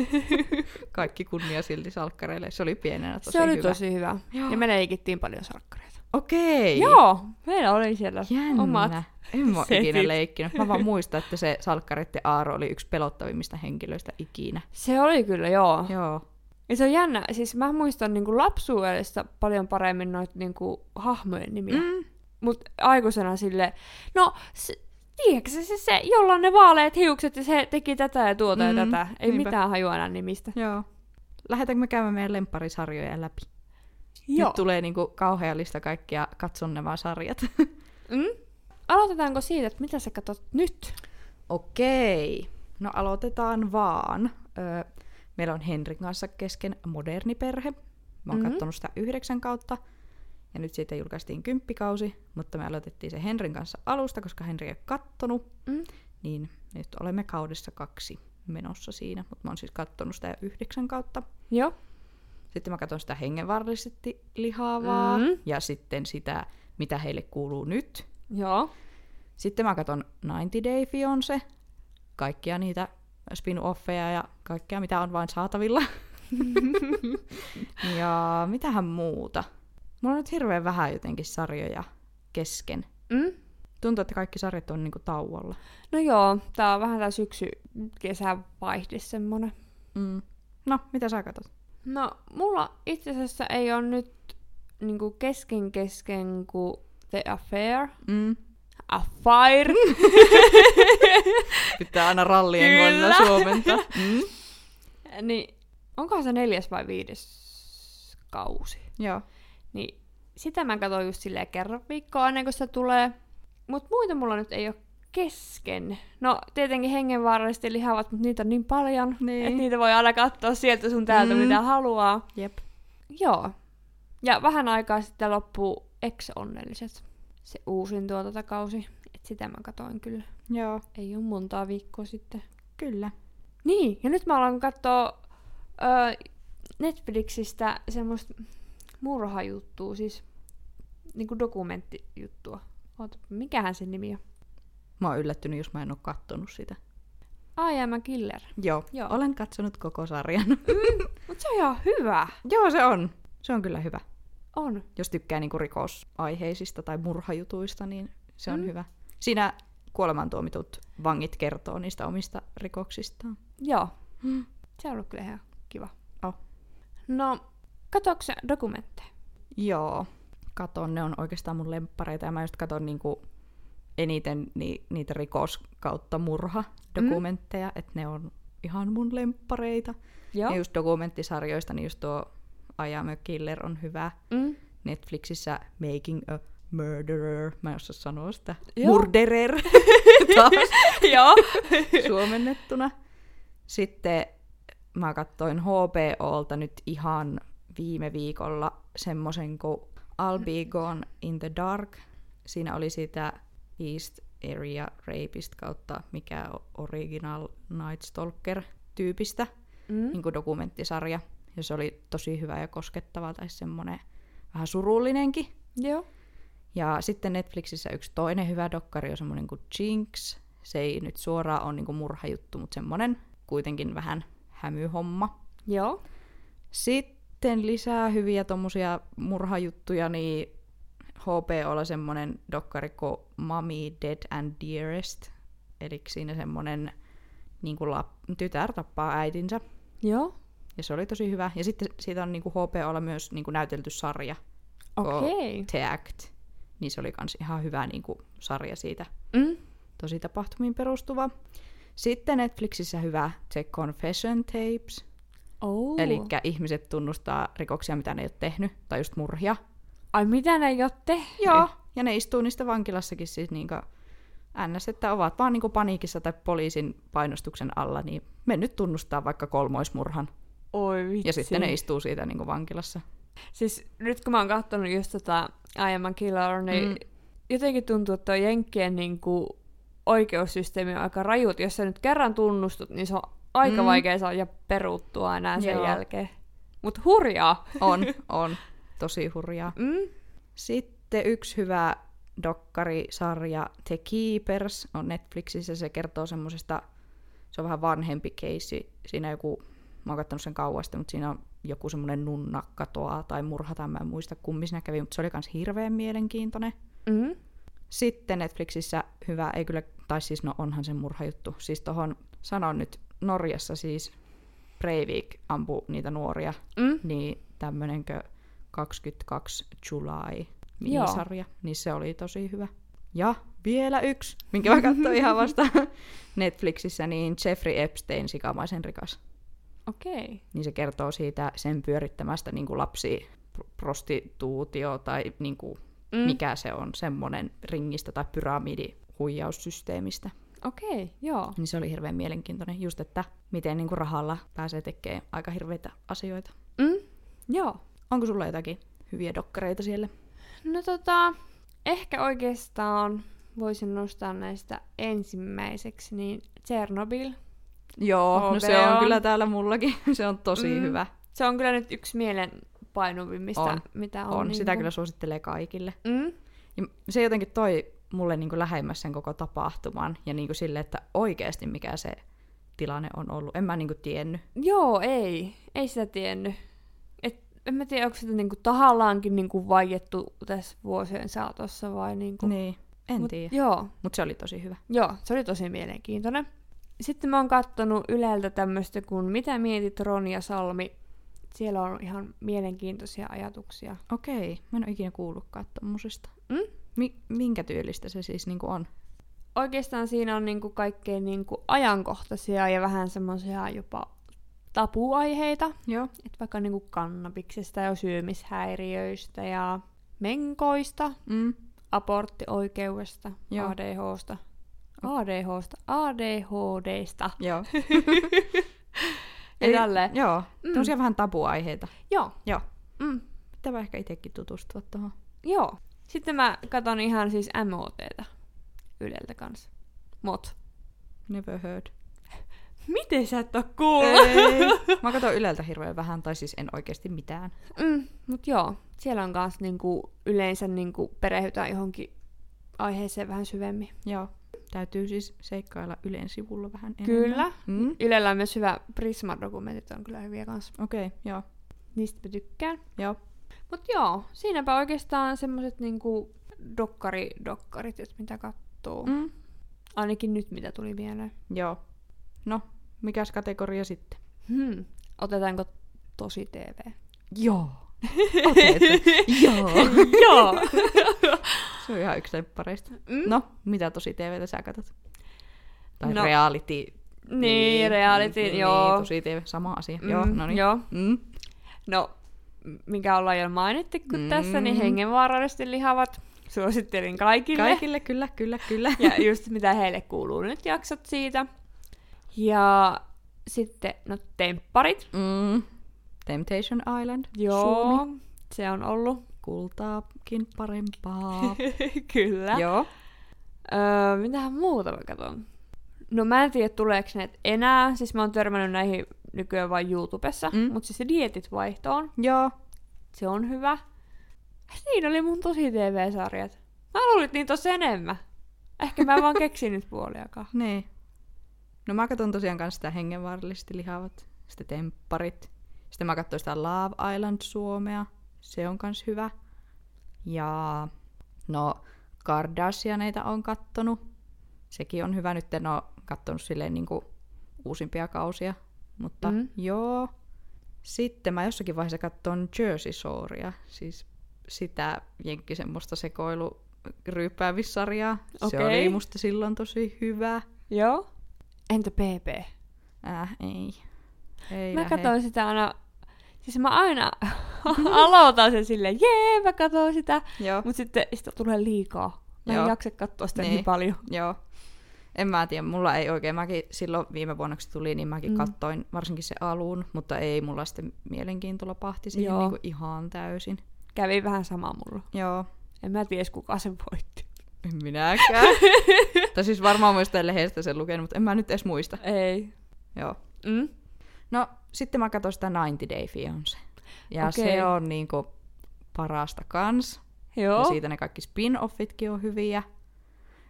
S2: Kaikki kunnia silti salkkareille. Se oli pienenä tosi
S1: se oli
S2: hyvä.
S1: tosi hyvä.
S2: Joo.
S1: Ja me leikittiin paljon sarkkareita.
S2: Okei.
S1: Joo, meillä oli siellä
S2: Jännä.
S1: omat.
S2: En mä oo
S1: setit.
S2: ikinä leikkinyt. Mä vaan muistan, että se salkkarit ja Aaro oli yksi pelottavimmista henkilöistä ikinä.
S1: Se oli kyllä, joo.
S2: Joo.
S1: Ja se on jännä. Siis mä muistan niin kuin lapsuudesta paljon paremmin noita niin kuin, hahmojen nimiä. Mm.
S2: Mm.
S1: Mutta aikuisena sille, no se, tiedätkö se, se, se, jolla on ne vaaleat hiukset ja se teki tätä ja tuota mm. ja
S2: Mm,
S1: tätä. Ei
S2: niinpä.
S1: mitään hajua enää nimistä.
S2: Joo. Lähdetäänkö me käymään meidän lempparisarjoja läpi?
S1: Joo.
S2: Nyt tulee niinku kauhea lista kaikkia katson ne vaan sarjat.
S1: Mm? Aloitetaanko siitä, että mitä sä katsot nyt?
S2: Okei. No aloitetaan vaan. Öö, meillä on Henrin kanssa kesken Moderni perhe. Mä oon
S1: Mhm.
S2: mm-hmm. kattonut sitä yhdeksän kautta. Ja nyt siitä julkaistiin kymppikausi, mutta me aloitettiin se Henrin kanssa alusta, koska Henri ei ole kattonut.
S1: Mm?
S2: Niin nyt olemme kaudessa kaksi menossa siinä, mutta mä oon siis kattonut sitä jo yhdeksän kautta.
S1: Joo.
S2: Sitten mä katson sitä hengenvaarallisesti lihavaa
S1: Mm.
S2: mm. ja sitten sitä, mitä heille kuuluu nyt.
S1: Joo.
S2: Sitten mä katson 90 Day Fiance, kaikkia niitä spin-offeja ja kaikkea, mitä on vain saatavilla. ja mitähän muuta. Mulla on nyt hirveän vähän jotenkin sarjoja kesken.
S1: Mm?
S2: Tuntuu, että kaikki sarjat on niinku tauolla.
S1: No joo, tää on vähän tää syksy kesävaihde semmonen.
S2: Mm. No, mitä sä katsot?
S1: No, mulla itse asiassa ei ole nyt niinku kesken kesken kuin The Affair.
S2: Mm.
S1: Affair!
S2: Pitää aina rallien
S1: Kyllä.
S2: kohdalla suomentaa. Mm.
S1: niin, onkohan se neljäs vai viides kausi?
S2: Joo.
S1: Niin sitä mä katsoin just silleen kerran viikkoa ennen kuin se tulee. Mut muita mulla nyt ei ole kesken. No tietenkin hengenvaarallisesti lihavat, mutta niitä on niin paljon,
S2: Niin.
S1: että niitä voi aina katsoa sieltä sun täältä, mm.
S2: Mm.
S1: mitä haluaa.
S2: Jep.
S1: Joo. Ja vähän aikaa sitten loppuu Ex-onnelliset. Se uusin tuotantokausi. Et sitä mä katoin kyllä.
S2: Joo,
S1: Ei ole montaa viikkoa sitten.
S2: kyllä.
S1: Niin, ja nyt mä alan katsoa ö, Netflixistä semmoista murhajuttua, siis niinku dokumenttijuttua. Oota, mikähän sen nimi on?
S2: Mä oon yllättynyt, jos mä en oo kattonut sitä.
S1: I am a killer.
S2: Joo.
S1: Joo.
S2: Olen katsonut koko sarjan.
S1: Mut se on ihan hyvä.
S2: Joo, se on. Se on kyllä hyvä.
S1: On.
S2: Jos tykkää niinku rikosaiheisista tai murhajutuista, niin se on
S1: Mm.
S2: mm. hyvä. Siinä kuolemantuomitut vangit kertoo niistä omista rikoksistaan.
S1: Joo.
S2: Mm.
S1: Se on ollut kyllä ihan kiva.
S2: Oh.
S1: No, katsoks sä dokumentteja?
S2: Joo. Katon, ne on oikeastaan mun lemppareita ja mä just katon niinku eniten ni- niitä rikos kautta murha dokumentteja, että ne on ihan mun lemppareita.
S1: Joo.
S2: Ja just dokumenttisarjoista, niin just tuo I Am a Killer on hyvä.
S1: Mm.
S2: Netflixissä Making a Murderer, mä en osaa sanoa sitä,
S1: Joo.
S2: Murderer taas
S1: Joo.
S2: suomennettuna. Sitten mä katsoin HBOlta nyt ihan viime viikolla semmoisen kuin I'll Be Gone in the Dark. Siinä oli sitä East Area Rapist kautta mikä o- Original Night Stalker tyypistä
S1: Mm.
S2: niin kuin dokumenttisarja. Ja se oli tosi hyvä ja koskettava tai semmoinen vähän surullinenkin.
S1: Joo.
S2: Ja sitten Netflixissä yksi toinen hyvä dokkari on semmoinen kuin Jinx. Se ei nyt suoraan ole niin murhajuttu, mutta semmoinen kuitenkin vähän hämyhomma.
S1: Joo.
S2: Sitten lisää hyviä tommosia murhajuttuja, niin HBOlla semmoinen dokkari kuin Mommy Dead and Dearest. Eli siinä semmoinen niin lap- tytär tappaa äitinsä.
S1: Joo.
S2: Ja se oli tosi hyvä. Ja sitten siitä on niin kuin HBOlla myös niin kuin näytelty sarja, Oh.
S1: Okei. Okay.
S2: The Act. Niin se oli kans ihan hyvä niin kuin sarja siitä
S1: Mm.
S2: tosi tapahtumiin perustuva. Sitten Netflixissä hyvä The Confession Tapes,
S1: Oh.
S2: eli ihmiset tunnustaa rikoksia, mitä ne ei ole tehnyt, tai just murhia.
S1: Ai mitä ne ei oo tehnyt?
S2: Joo, ja ne istuu niistä vankilassakin siis niinku ns, että ovat vaan niinku paniikissa tai poliisin painostuksen alla, niin mennyt tunnustaa vaikka kolmoismurhan.
S1: Oi vitsi.
S2: Ja sitten ne istuu siitä niinku vankilassa.
S1: Siis nyt kun mä oon kattonut just tota I Am a Killer, niin mm.
S2: Mm.
S1: jotenkin tuntuu, että toi Jenkkien niin kuin, oikeussysteemi on aika rajut. Jos sä nyt kerran tunnustut, niin se on aika mm.
S2: Mm.
S1: vaikea saada peruttua enää sen Joo.
S2: Joo.
S1: jälkeen. Mut hurjaa!
S2: On, on. Tosi hurjaa.
S1: Mm?
S2: Sitten yksi hyvä dokkarisarja The Keepers on Netflixissä. Se kertoo semmoisesta, se on vähän vanhempi keissi. Siinä joku, mä oon kattonut sen kauasta, mutta siinä on joku semmoinen nunna katoaa tai murhataan, mä en muista kummin siinä kävi, mutta se oli myös hirveän mielenkiintoinen.
S1: Mm?
S2: Sitten Netflixissä hyvä, ei kyllä, tai siis no onhan se murhajuttu. Siis tohon sanon nyt Norjassa siis Breivik ampui niitä nuoria,
S1: Mm?
S2: niin tämmönenkö 22 July minisarja, niin se oli tosi hyvä. Ja vielä yksi, minkä mä katsoin ihan vasta Netflixissä, niin Jeffrey Epstein, sikamaisen rikas.
S1: Okei.
S2: Niin se kertoo siitä sen pyörittämästä niin kuin lapsi prostituutio tai niin kuin
S1: Mm.
S2: mikä se on, semmoinen ringistä tai pyramidi huijaussysteemistä.
S1: Okei, joo.
S2: Niin se oli hirveän mielenkiintoinen just, että miten niin kuin rahalla pääsee tekemään aika hirveitä asioita.
S1: Mm? Joo.
S2: Onko sulla jotakin hyviä dokkareita siellä?
S1: No tota, ehkä oikeastaan voisin nostaa näistä ensimmäiseksi, niin Chernobyl.
S2: Joo,
S1: Joo,
S2: no se on
S1: Bea.
S2: kyllä täällä mullakin. Se on tosi
S1: Mm,
S2: hyvä.
S1: Se on kyllä nyt yksi mielen painuvimmista,
S2: On.
S1: mitä on.
S2: On,
S1: niin
S2: sitä
S1: kuin-
S2: kyllä suosittelee kaikille.
S1: Mm?
S2: Ja se jotenkin toi mulle niin kuin lähemmäs sen koko tapahtuman ja niin kuin sille, että oikeasti mikä se tilanne on ollut. En mä niin kuin tiennyt.
S1: Joo, ei. Ei sitä tiennyt. Et, en mä tiedä, onko sitä niinku tahallaankin niinku vaiettu tässä vuosien saatossa vai niinku...
S2: Niin. En
S1: Mut
S2: tiedä,
S1: Joo,
S2: mutta se oli tosi hyvä.
S1: joo, se oli tosi mielenkiintoinen. Sitten mä oon kattonut Yleltä tämmöistä kuin Mitä mietit Ronja Salmi. Siellä on ihan mielenkiintoisia ajatuksia.
S2: Okei, mä en ole ikinä kuullutkaan tommosesta.
S1: Mm?
S2: Mi- minkä tyylistä se siis niin kuin on?
S1: Oikeastaan siinä on niinku kaikkein niinku ajankohtaisia ja vähän semmoisia jopa tapuaiheita.
S2: Joo.
S1: Et vaikka niinku kannabiksesta ja syömishäiriöistä ja menkoista,
S2: Mm.
S1: aborttioikeudesta,
S2: Joo.
S1: ADHsta, Mm. ADHsta, ADHDsta ja
S2: Joo. Eli-
S1: tälleen.
S2: Joo,
S1: Mm.
S2: mm. vähän tabuaiheita.
S1: Joo.
S2: Joo.
S1: Mm,
S2: Pitää ehkä itsekin tutustua tuohon.
S1: joo. Sitten mä katon ihan siis MOTtä Yleltä kanssa. Mot.
S2: Never heard.
S1: Miten sä et oo kuullut?
S2: Ei. Mä katson Yleltä hirveän vähän, tai siis en oikeasti mitään.
S1: Mm, mut joo, siellä on kans niinku yleensä niinku perehdytään johonkin aiheeseen vähän syvemmin.
S2: Joo. Täytyy siis seikkailla Ylen sivulla vähän enemmän.
S1: Kyllä.
S2: Mm.
S1: Ylellä on myös hyvä Prisma-dokumentit on kyllä hyviä kanssa.
S2: Okei, okay, joo.
S1: Niistä mä tykkään.
S2: Joo.
S1: Mut joo, siinäpä oikeastaan semmoset niinku dokkari-dokkarit, että mitä kattoo.
S2: Mm.
S1: Ainakin nyt mitä tuli mieleen.
S2: Joo. No, mikäs kategoria sitten?
S1: Hmm. Otetaanko tosi TV?
S2: Joo. joo.
S1: joo!
S2: Se on ihan yksi lemppareista.
S1: Mm?
S2: No, mitä tosi TVtä sä katsot? Tai
S1: No.
S2: reality.
S1: Niin, reality,
S2: niin,
S1: joo. Mm,
S2: Niin, tosi TV, sama asia. joo, no niin.
S1: Joo.
S2: Mm.
S1: No, m- mikä ollaan jo mainittu mm. tässä, niin
S2: Mm.
S1: hengenvaarallisesti lihavat. Suosittelin kaikille.
S2: Kaikille, kyllä, kyllä, kyllä.
S1: Ja just mitä heille kuuluu nyt jaksot siitä. Ja sitten, no tempparit.
S2: Mm. Temptation Island.
S1: Joo,
S2: Suomi.
S1: se on ollut.
S2: Kultaakin parempaa.
S1: Kyllä.
S2: Joo.
S1: Öö, mitähän muuta mä katson? No mä en tiedä tuleeko ne enää, siis mä oon törmännyt näihin nykyään vain YouTubessa,
S2: Mm.
S1: mm. mutta siis se dietit vaihtoon,
S2: Joo.
S1: se on hyvä. Siinä oli mun tosi TV-sarjat. Mä luulin, että niitä olisi enemmän. Ehkä mä en vaan keksin nyt puoliakaan.
S2: Niin. No mä katson tosiaan kanssa sitä hengenvaarallisesti lihavat, sitä tempparit. Sitten mä katsoin sitä Love Island Suomea. Se on kans hyvä. Ja no Kardashianeita on kattonut. Sekin on hyvä. Nyt en oo kattonut silleen niinku uusimpia kausia. Mutta
S1: Mm.
S2: mm. joo. Sitten mä jossakin vaiheessa katson Jersey Shorea. Siis sitä jenkki semmoista sekoilu ryyppäämissarjaa. Se
S1: Okei.
S2: oli musta silloin tosi hyvä.
S1: Joo. Entä PP?
S2: Äh, ei. ei
S1: Mä
S2: lähe.
S1: katsoin sitä aina... Siis mä aina aloitan sen silleen, jee, mä katsoin sitä.
S2: Joo,
S1: Mut sitten sitä tulee liikaa. Mä en
S2: Joo.
S1: jaksa katsoa sitä niin,
S2: Niin.
S1: niin paljon.
S2: joo. En mä tiedä, mulla ei oikein. Mäkin silloin viime vuonna, kun se tuli, niin mäkin
S1: Mm.
S2: mm. kattoin varsinkin se alun, mutta ei mulla sitten mielenkiinto lopahti siihen
S1: Joo.
S2: niin kuin ihan täysin.
S1: Kävi vähän sama mulla.
S2: Joo,
S1: En mä ties kuka sen voitti.
S2: en minäkään. tai siis varmaan myös tälle heistä sen lukenut, mutta en mä nyt edes muista.
S1: Ei.
S2: Joo.
S1: Mm?
S2: No, sitten mä katsoin sitä 90 Day Fiancé. Ja okay.
S1: Okei.
S2: se on niinku parasta kans. Ja
S1: Joo.
S2: siitä ne kaikki spin-offitkin on hyviä.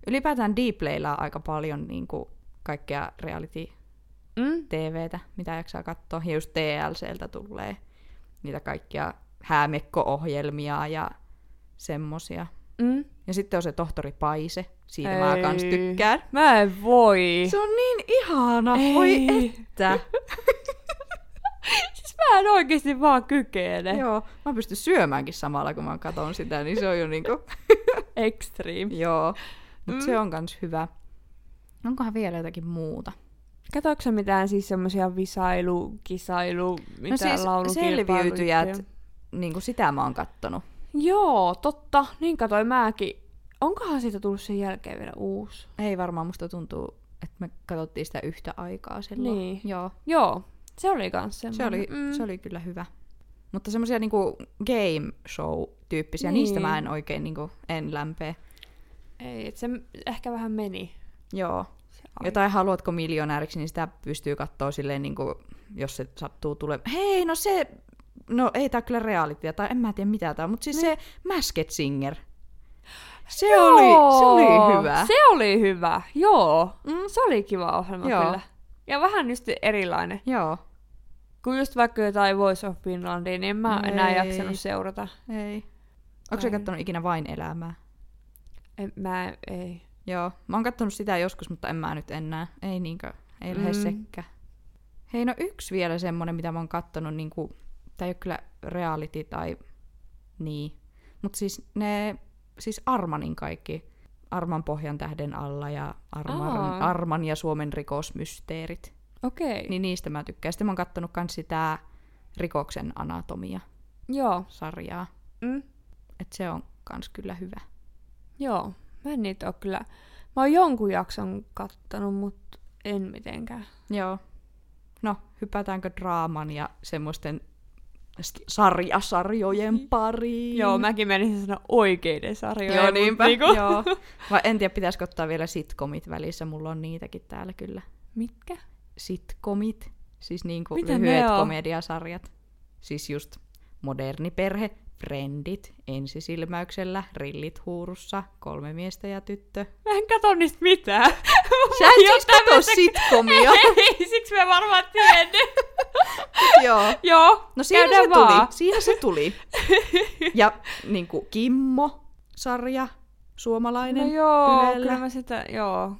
S2: Ylipäätään Dplay on aika paljon niin kuin, kaikkea reality-tvtä,
S1: Mm?
S2: mitä jaksaa katsoa. Ja just TLCltä tulee niitä kaikkia häämekko-ohjelmia ja semmosia.
S1: Mm?
S2: Ja sitten on se tohtori Paise. Siitä Ei. mä
S1: Ei.
S2: kans tykkään.
S1: Mä en voi.
S2: Se on niin ihana,
S1: Ei.
S2: voi että.
S1: siis mä en oikeesti vaan kykene.
S2: Joo, mä pystyn syömäänkin samalla, kun mä katson sitä, niin se on jo niinku...
S1: Extreme.
S2: Joo, mutta
S1: Mm.
S2: se on kans hyvä. Onkohan vielä jotakin muuta? No
S1: Katsoitko sä mitään siis semmosia visailu, kisailu,
S2: no
S1: mitä
S2: siis selviytyjät, niin kuin sitä mä oon kattonut.
S1: Joo, totta. Niin katsoin mäkin. Onkohan siitä tullut sen jälkeen vielä uusi?
S2: Ei varmaan, musta tuntuu, että me katsottiin sitä yhtä aikaa silloin.
S1: Niin. mm.
S2: Joo,
S1: Joo, se oli kans
S2: se
S1: semmoinen.
S2: oli, se oli kyllä hyvä. Mutta semmoisia niinku game show-tyyppisiä,
S1: Niin.
S2: niistä mä en oikein niinku, en lämpeä.
S1: Ei, et se m- ehkä vähän meni.
S2: Joo.
S1: Se
S2: Jotain haluatko miljonääriksi, niin sitä pystyy katsoa silleen, niin kuin, jos se sattuu tulemaan. Hei, no se, no ei tää kyllä realitya, tai en mä tiedä mitä tää on, mutta siis se Masked Singer. Se, oli, se oli
S1: Joo,
S2: hyvä.
S1: Se oli hyvä, joo. Mm. Se oli kiva ohjelma
S2: Joo.
S1: joo. kyllä. Ja vähän just erilainen.
S2: Joo,
S1: Kun just vaikka jotain Voice of Finlandia, niin en mä Ei. enää
S2: Ei.
S1: jaksanut seurata.
S2: ei. Onko se
S1: Ai.
S2: kattonut ikinä vain elämää?
S1: En, mä en- ei.
S2: Joo, mä oon kattonut sitä joskus, mutta en mä nyt enää. Ei niinkö, ei lähde
S1: Mm.
S2: mm. sekkä. Hei, no yksi vielä semmonen, mitä mä oon kattonut, niin kuin, tää ei ole kyllä reality tai niin. Mutta siis ne, siis Armanin kaikki. Arman pohjan tähden alla ja Arman,
S1: Aa.
S2: Arman ja Suomen rikosmysteerit.
S1: Okei, niin.
S2: Niin niistä mä tykkään. Sitten mä oon kattonut kans sitä rikoksen anatomia-sarjaa.
S1: joo. Mm.
S2: Et se on kans kyllä hyvä.
S1: Joo, mä en niitä oo kyllä. Mä oon jonkun jakson kattanut, mutta en mitenkään.
S2: Joo. No, hypätäänkö draaman ja semmoisten s- sarjasarjojen pariin?
S1: Niin. Joo, mäkin menisin sanoa oikeiden sarjojen.
S2: Joo,
S1: mut
S2: niinpä.
S1: niinku-
S2: Joo. Vai en tiedä, pitäisikö ottaa vielä sitkomit välissä. Mulla on niitäkin täällä kyllä.
S1: Mitkä?
S2: Sitkomit, siis niin kuin
S1: Mitä ne
S2: lyhyet
S1: on?
S2: komediasarjat. Siis just moderni perhe, Frendit, ensisilmäyksellä, rillit huurussa, kolme miestä ja tyttö.
S1: Mä en katso niistä mitään.
S2: Sä et
S1: Joo,
S2: siis kato
S1: tämmöstä-
S2: sitkomia.
S1: Ei, siksi mä varmaan tiedän.
S2: Joo.
S1: Joo,
S2: No siinä
S1: käydään
S2: se
S1: vaan.
S2: tuli. Siinä se tuli. Ja niin kuin Kimmo-sarja, suomalainen.
S1: No joo,
S2: Ylellä.
S1: kyllä mä sitä, joo.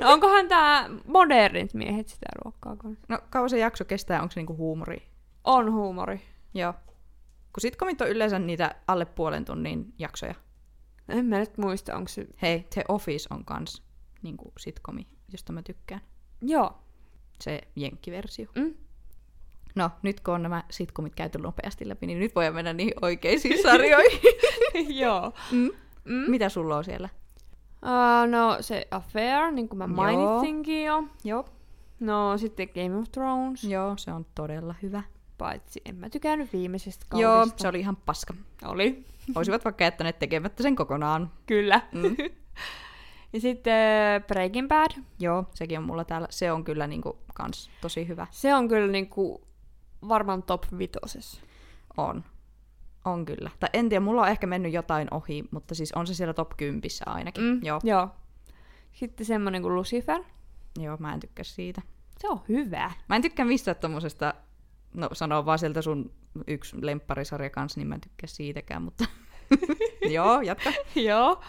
S1: No onkohan tää modernit miehet sitä ruokkaa? Kun...
S2: No kauan se jakso kestää, onko se niin kuin huumori?
S1: On huumori.
S2: Joo. Kun sitcomit on yleensä niitä alle puolen tunnin jaksoja.
S1: En mä nyt muista, onko se...
S2: Hei, The Office on kans niin kuin sitcomi, josta mä tykkään.
S1: Joo.
S2: Se jenkkiversio.
S1: Mm.
S2: No, nyt kun on nämä sitcomit käyty nopeasti läpi, niin nyt voidaan mennä niihin oikeisiin sarjoihin.
S1: joo.
S2: mm.
S1: Mm.
S2: Mitä sulla on siellä?
S1: Uh, no se Affair, niin kuin mä
S2: Joo.
S1: mainitsinkin jo.
S2: Joo.
S1: No sitten Game of Thrones,
S2: Joo, se on todella hyvä.
S1: paitsi en mä tykännyt viimeisestä kaudesta.
S2: Joo, se oli ihan paska.
S1: oli.
S2: Olisivat vaikka jättäneet tekemättä sen kokonaan.
S1: Kyllä. Mm. ja sitten äh, Breaking Bad.
S2: Joo, sekin on mulla täällä. Se on kyllä niinku kans tosi hyvä.
S1: Se on kyllä niinku varmaan top vitosessa.
S2: On. On kyllä. Tai en tiedä, mulla on ehkä mennyt jotain ohi, mutta siis on se siellä top 10 ainakin.
S1: Mm,
S2: Joo.
S1: joo. Sitten semmonen kuin Lucifer.
S2: Joo, mä en tykkää siitä.
S1: Se on hyvä.
S2: Mä en tykkää mistään tommosesta, no sanoo vaan sieltä sun yksi lempparisarja kanssa, niin mä en tykkää siitäkään, mutta joo, jatka.
S1: joo.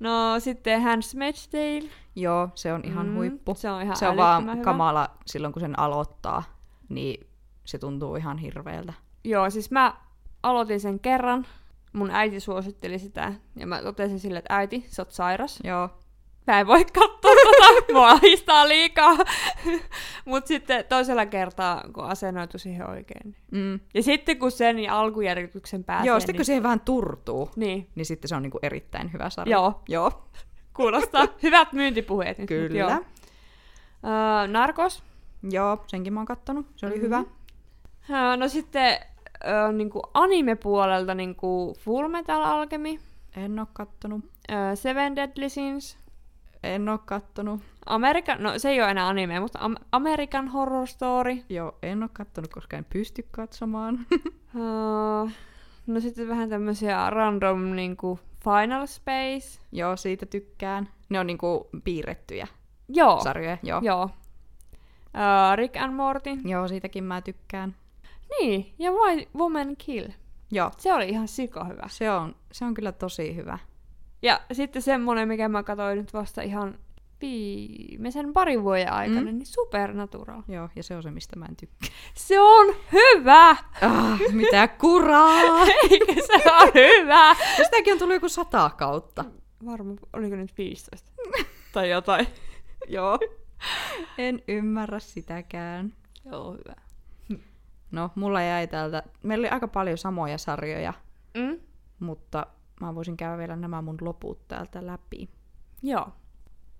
S1: No sitten Handmaid's Tale.
S2: Joo, se on ihan
S1: Mm,
S2: mm, huippu.
S1: Se on ihan
S2: Se on vaan
S1: älyttömän hyvä.
S2: kamala silloin, kun sen aloittaa, niin se tuntuu ihan hirveältä.
S1: Joo, siis mä aloitin sen kerran. Mun äiti suositteli sitä. Ja mä totesin sille, että äiti, sä oot sairas.
S2: Joo,
S1: Mä en voi katsoa tota, mua ahistaa liikaa. Mut sitten toisella kertaa, kun asennoitu siihen oikein.
S2: Mm.
S1: Ja sitten kun sen ja alkujärjityksen pääsee,
S2: Joo, sitten
S1: niin...
S2: kun siihen vähän turtuu,
S1: Niin,
S2: niin sitten se on niinku erittäin hyvä sarja.
S1: Joo.
S2: Joo,
S1: kuulostaa hyvät myyntipuheet. nyt, mut
S2: kyllä.
S1: joo.
S2: Joo.
S1: Öö, Narkos.
S2: joo, senkin mä oon kattonut. Se oli mm-hmm. hyvä.
S1: Öö, no sitten öö, niinku anime-puolelta niinku Full Metal Alchemy,
S2: En oo kattonut.
S1: öö, Seven Deadly Sins,
S2: En oo kattonut.
S1: American, no se ei ole enää anime, mutta Am- American Horror Story.
S2: Joo, en oo kattonut, koska en pysty katsomaan.
S1: Öö, no sitten vähän tämmöisiä random niinku Final Space.
S2: joo, siitä tykkään. Ne on niinku piirrettyjä
S1: Joo,
S2: sarjoja. Joo.
S1: joo. Öö, Rick and Morty.
S2: joo, siitäkin mä tykkään.
S1: Niin, ja Why Woman Kill.
S2: Joo,
S1: Se oli ihan sika hyvä.
S2: se on, se on kyllä tosi hyvä.
S1: Ja sitten semmonen, mikä mä katsoin nyt vasta ihan viimeisen parin vuoden aikana,
S2: Mm.
S1: niin Supernatural.
S2: Joo, ja se on se, mistä mä en tykkää.
S1: Se on hyvä!
S2: Ah, mitä kuraa!
S1: Eikö se on hyvä?
S2: Ja Sitäkin on tullut joku sata kautta.
S1: Varmaan, oliko nyt 15? tai jotain.
S2: Joo. En ymmärrä sitäkään.
S1: Joo, hyvä.
S2: No, mulla jäi täältä... Meillä oli aika paljon samoja sarjoja,
S1: Mm?
S2: mutta mä voisin käydä vielä nämä mun loput täältä läpi.
S1: Joo.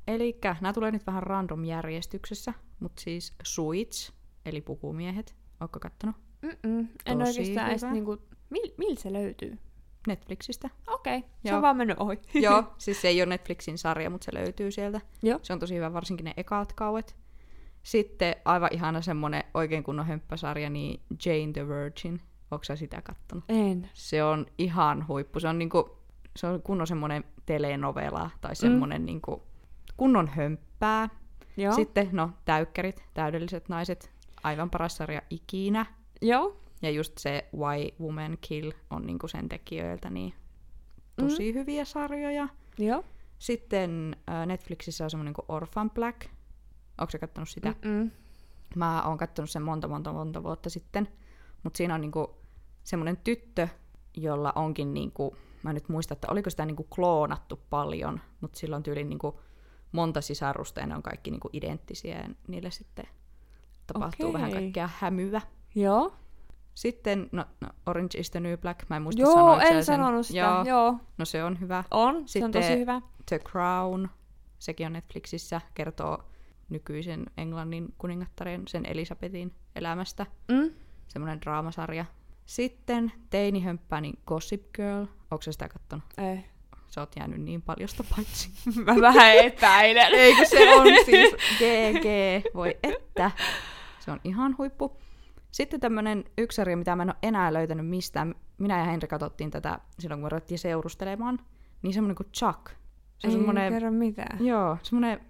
S2: Eli nämä tulee nyt vähän random järjestyksessä, mutta siis Suits, eli pukumiehet. Ootko kattonut?
S1: Mm-mm. En
S2: Tosi
S1: oikeastaan edes
S2: hyvä.
S1: niinku... Mil, mil se löytyy?
S2: Netflixistä.
S1: Okei, okay. se
S2: Joo.
S1: on vaan mennyt ohi.
S2: Joo, siis se ei ole Netflixin sarja, mutta se löytyy sieltä.
S1: Joo.
S2: Se on tosi hyvä, varsinkin ne ekat kauet. Sitten aivan ihana semmonen oikein kunnon hömppäsarja, niin Jane the Virgin. Onko sä sitä kattonut?
S1: En.
S2: Se on ihan huippu. Se on, niinku, se on kunnon semmonen telenovela tai semmonen mm. niinku, kunnon hömppää.
S1: Joo.
S2: Sitten no, täykkärit, täydelliset naiset, aivan paras sarja ikinä.
S1: Joo.
S2: Ja just se Why Woman Kill on niinku sen tekijöiltä, niin tosi mm. hyviä sarjoja.
S1: Joo.
S2: Sitten äh, Netflixissä on semmoinen kuin Orphan Black. Onko se kattonut sitä? Mm.
S1: Mm-mm.
S2: Mä oon kattonut sen monta, monta, monta vuotta sitten. Mutta siinä on niinku semmoinen tyttö, jolla onkin niinku, mä en nyt muista, että oliko sitä niinku kloonattu paljon, mutta sillä on tyyliin niinku monta sisarusta ja ne on kaikki niinku identtisiä ja niille sitten tapahtuu
S1: Okei.
S2: okay. vähän kaikkea hämyä.
S1: Joo.
S2: Sitten, no, no Orange is the New Black, mä en muista
S1: Joo,
S2: sanoinko sä
S1: en
S2: sen.
S1: sanonut sitä.
S2: Joo,
S1: Joo.
S2: Joo.
S1: Joo.
S2: No se on hyvä.
S1: On, se on
S2: Sitten-
S1: tosi hyvä.
S2: The Crown, sekin on Netflixissä, kertoo nykyisen Englannin kuningattaren, sen Elisabetin elämästä.
S1: Mm?
S2: Semmoinen draamasarja. Sitten teinihömppää, niin Gossip Girl. Onko sä sitä kattonut?
S1: Ei.
S2: Sä oot jäänyt niin paljon sitä paitsi.
S1: Mä vähän epäilen.
S2: Eikö se on siis GG, voi että. Se on ihan huippu. Sitten tämmönen yksi sarja, mitä mä en ole enää löytänyt mistään. Minä ja Henri katsottiin tätä silloin, kun me ruvettiin seurustelemaan. Niin semmonen kuin Chuck. Se on semmonen
S1: kerro mitään.
S2: Joo, semmoinen,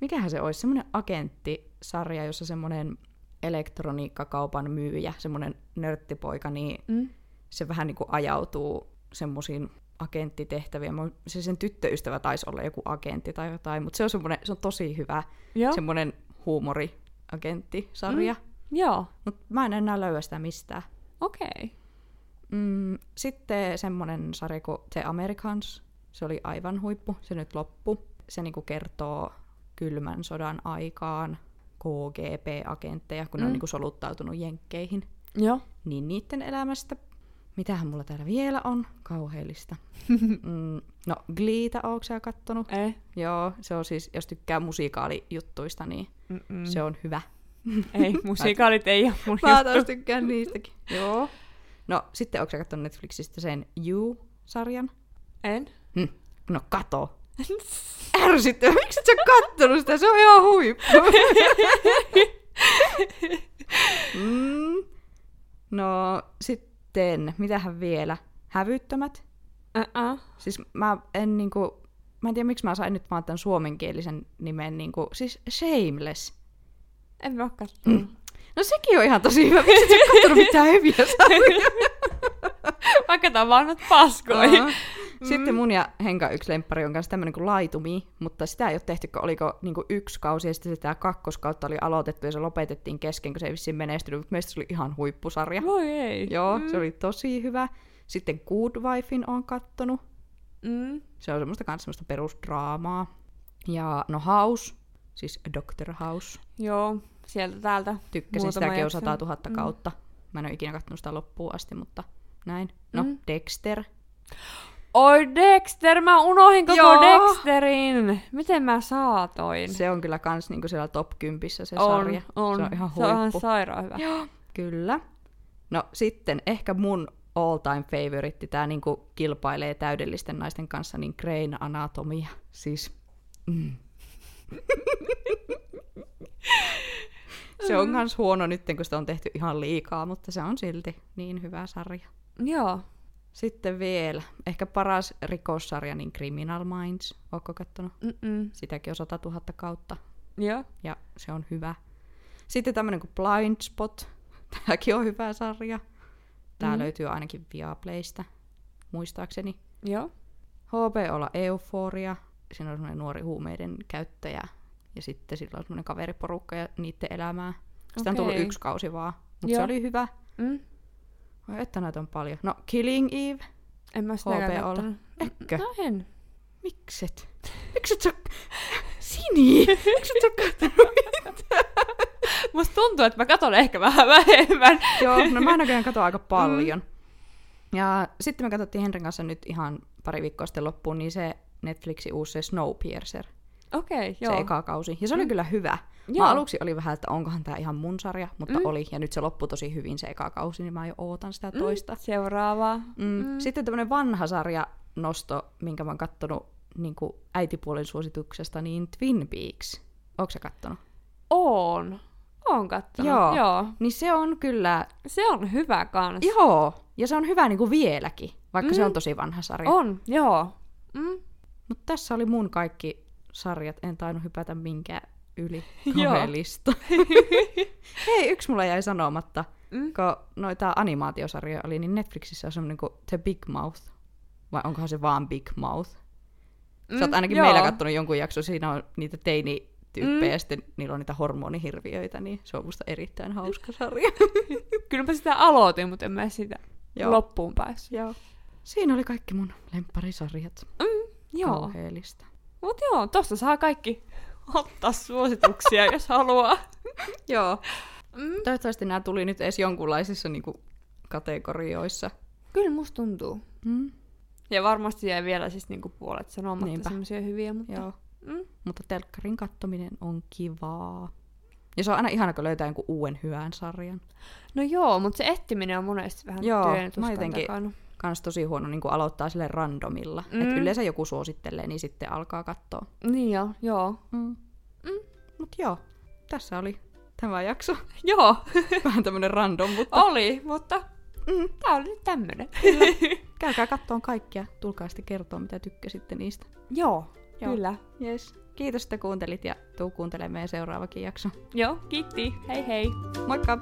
S2: mikähän se olisi, semmoinen agenttisarja, jossa semmoinen elektroniikkakaupan myyjä, semmoinen nörttipoika, niin
S1: Mm?
S2: se vähän niin kuin ajautuu semmoisiin agenttitehtäviin. Mä- Se sen tyttöystävä taisi olla joku agentti tai jotain, mutta se on semmoinen, se on tosi hyvä,
S1: Joo.
S2: semmoinen huumoriagenttisarja. Mm.
S1: Joo.
S2: Mutta mä en enää löydä sitä mistään.
S1: Okei.
S2: Mm, sitten semmonen sarja kuin The Americans. Se oli aivan huippu. Se nyt loppu. Se niinku kertoo kylmän sodan aikaan KGB-agentteja, kun mm. ne on
S1: Mm.
S2: niinku soluttautunut jenkkeihin.
S1: Joo.
S2: Niin niiden elämästä. Mitähän mulla täällä vielä on? Kauheellista. mm, no, Gleeta ootko sä kattonut?
S1: Ei.
S2: Joo, se on siis, jos tykkää musiikaalijuttuista, niin
S1: Mm-mm.
S2: mm. se on hyvä.
S1: Ei, musiikaalit ei ole mun
S2: Mä taas tykkään niistäkin. Joo. No, sitten ootko sä kattonut Netflixistä sen You-sarjan?
S1: En.
S2: Hm, no kato. Ärsyttävä. Miksi et sä kattonut sitä? Se on ihan huippu. mm. No sitten, mitähän vielä? Hävyttömät?
S1: Uh-uh.
S2: Siis mä en niinku... Mä en tiedä, miksi mä sain nyt vaan tämän suomenkielisen nimen niinku... Siis Shameless.
S1: En mä oo kattonut.
S2: No sekin on ihan tosi hyvä. Miksi et sä kattonut mitään hyviä sarjoja?
S1: Mä katson vaan nyt paskoja.
S2: Aha. Sitten mun ja Henka yksi lemppari on kanssa tämmönen kuin Laitumi, mutta sitä ei ole tehty, kun oliko niin kuin yksi kausi ja sitten sitä kakkoskautta oli aloitettu ja se lopetettiin kesken, kun se ei vissiin menestynyt, mutta meistä se oli ihan huippusarja.
S1: Voi ei.
S2: Joo, se oli tosi hyvä. Sitten Good Wifein on kattonut.
S1: Mm.
S2: Se on semmoista kans semmoista perusdraamaa. Ja no House, siis Doctor House.
S1: Joo, sieltä täältä.
S2: Tykkäsin
S1: Muutama Mm.
S2: sitäkin jo
S1: jakso.
S2: 100 000 kautta. Mä en ole ikinä kattonut sitä loppuun asti, mutta näin. No,
S1: Mm.
S2: Dexter.
S1: Oi Dexter, mä unohin koko
S2: Joo.
S1: Dexterin. Miten mä saatoin?
S2: Se on kyllä kans niinku siellä top 10 se
S1: on,
S2: sarja.
S1: on.
S2: Se on ihan
S1: Se on ihan
S2: huippu.
S1: sairaan hyvä.
S2: Joo. Kyllä. No sitten ehkä mun all time favoritti, tää niinku kilpailee täydellisten naisten kanssa, niin Grain Anatomia. Siis, mm. se on kans huono nyt, kun sitä on tehty ihan liikaa, mutta se on silti niin hyvä sarja.
S1: Joo.
S2: Sitten vielä, ehkä paras rikossarja, niin Criminal Minds. Ootko kattonut?
S1: Mm-mm.
S2: Sitäkin on 100 000 kautta
S1: Joo.
S2: ja se on hyvä. Sitten tämmönen kuin Blind Spot. Tämäkin on hyvä sarja. Tää
S1: Mhm.
S2: mm-hmm. löytyy ainakin Viaplaysta, muistaakseni.
S1: Joo.
S2: HBOlla Euphoria, siinä on semmoinen nuori huumeiden käyttäjä ja sitten sillä on semmoinen kaveriporukka ja niiden elämää. Sitä on tullut
S1: Okei.
S2: yksi kausi vaan, mutta se
S1: Joo.
S2: oli hyvä.
S1: Mm?
S2: Ai että näitä on paljon. No Killing Eve,
S1: En mä sitäkään
S2: HBOlla.
S1: kattonut.
S2: etkö?
S1: No en.
S2: Mikset? Mikset sä... Sini! Mikset sä kattonut?
S1: Musta tuntuu, että mä katon ehkä vähän vähemmän.
S2: Joo, no mä näköjään katon aika paljon. Ja sitten me katsottiin Henrin kanssa nyt ihan pari viikkoa sitten loppuun, niin se Netflixin uusi se Snowpiercer,
S1: Okei, okay,
S2: Joo.
S1: joo.
S2: se eka kausi. Ja se oli kyllä hyvä. Joo.
S1: Joo.
S2: Mä aluksi oli vähän, että onkohan tämä ihan mun sarja, mutta
S1: Mm.
S2: mm. oli. Ja nyt se loppui tosi hyvin se eka kausi, niin mä jo ootan sitä toista.
S1: Mm, seuraavaa.
S2: Mm. Mm. Sitten tämmönen vanha sarja nosto, minkä mä oon kattonut niin äitipuolen suosituksesta, niin Twin Peaks. Ootko sä kattonut?
S1: Oon. Oon kattonut. Joo.
S2: Joo.
S1: joo.
S2: Niin se on kyllä,
S1: Se on hyvä kans.
S2: joo, ja se on hyvä niin kuin vieläkin, vaikka mm. se
S1: Mm.
S2: on tosi vanha sarja.
S1: On, joo. Mm.
S2: Mutta tässä oli mun kaikki sarjat, en tainnut hypätä minkään yli
S1: Joo.
S2: kavelista. Hei, yksi mulla jäi sanomatta,
S1: Mm.
S2: kun noita animaatiosarjoja oli, niin Netflixissä on semmoinen kuin The Big Mouth. Vai onkohan se vaan Big Mouth? Sä oot
S1: Mm,
S2: ainakin
S1: joo.
S2: meillä kattonut jonkun jakson, siinä on niitä teinityyppejä mm. ja sitten niillä on niitä hormonihirviöitä, niin se on musta erittäin hauska sarja.
S1: Kyllä mä sitä aloitin, mutta en mä sitä
S2: Joo.
S1: joo. loppuun päässyt.
S2: Joo. Siinä oli kaikki mun lempparisarjat.
S1: Joo.
S2: Kauheellista.
S1: Mut joo, tosta saa kaikki ottaa suosituksia, jos haluaa.
S2: Joo.
S1: Mm.
S2: Toivottavasti nämä tuli nyt edes jonkunlaisissa niinku, kategorioissa.
S1: Kyllä musta tuntuu.
S2: Mm.
S1: Ja varmasti jäi vielä siis niinku puolet sanomatta
S2: Niinpä.
S1: semmoisia hyviä, mutta...
S2: Joo.
S1: Mm.
S2: Mutta telkkarin kattominen on kivaa. Ja se on aina ihana, kun löytää jonkun uuden hyvän sarjan.
S1: No joo, mutta se etsiminen on monesti vähän
S2: Joo,
S1: työn ja
S2: mä
S1: tuskan
S2: jotenkin-
S1: takana.
S2: Kans tosi huono niin aloittaa sille randomilla. Mm. Et
S1: Mm.
S2: yleensä joku suosittelee, niin sitten alkaa katsoa.
S1: Niin joo, joo.
S2: Mm. Mm. Mut joo, tässä oli tämä jakso.
S1: Joo,
S2: Vähän tämmönen random, mutta
S1: oli, mutta
S2: mm,
S1: tää oli nyt tämmönen.
S2: käykää kattoon kaikkia. Tulkaa sitten kertoa, mitä tykkäsitte niistä.
S1: joo,
S2: Joo.
S1: joo, kyllä.
S2: Yes. Kiitos, että kuuntelit ja tuu kuuntelemaan meidän seuraavakin jakso.
S1: Joo, kiitti. Hei hei.
S2: Moikka!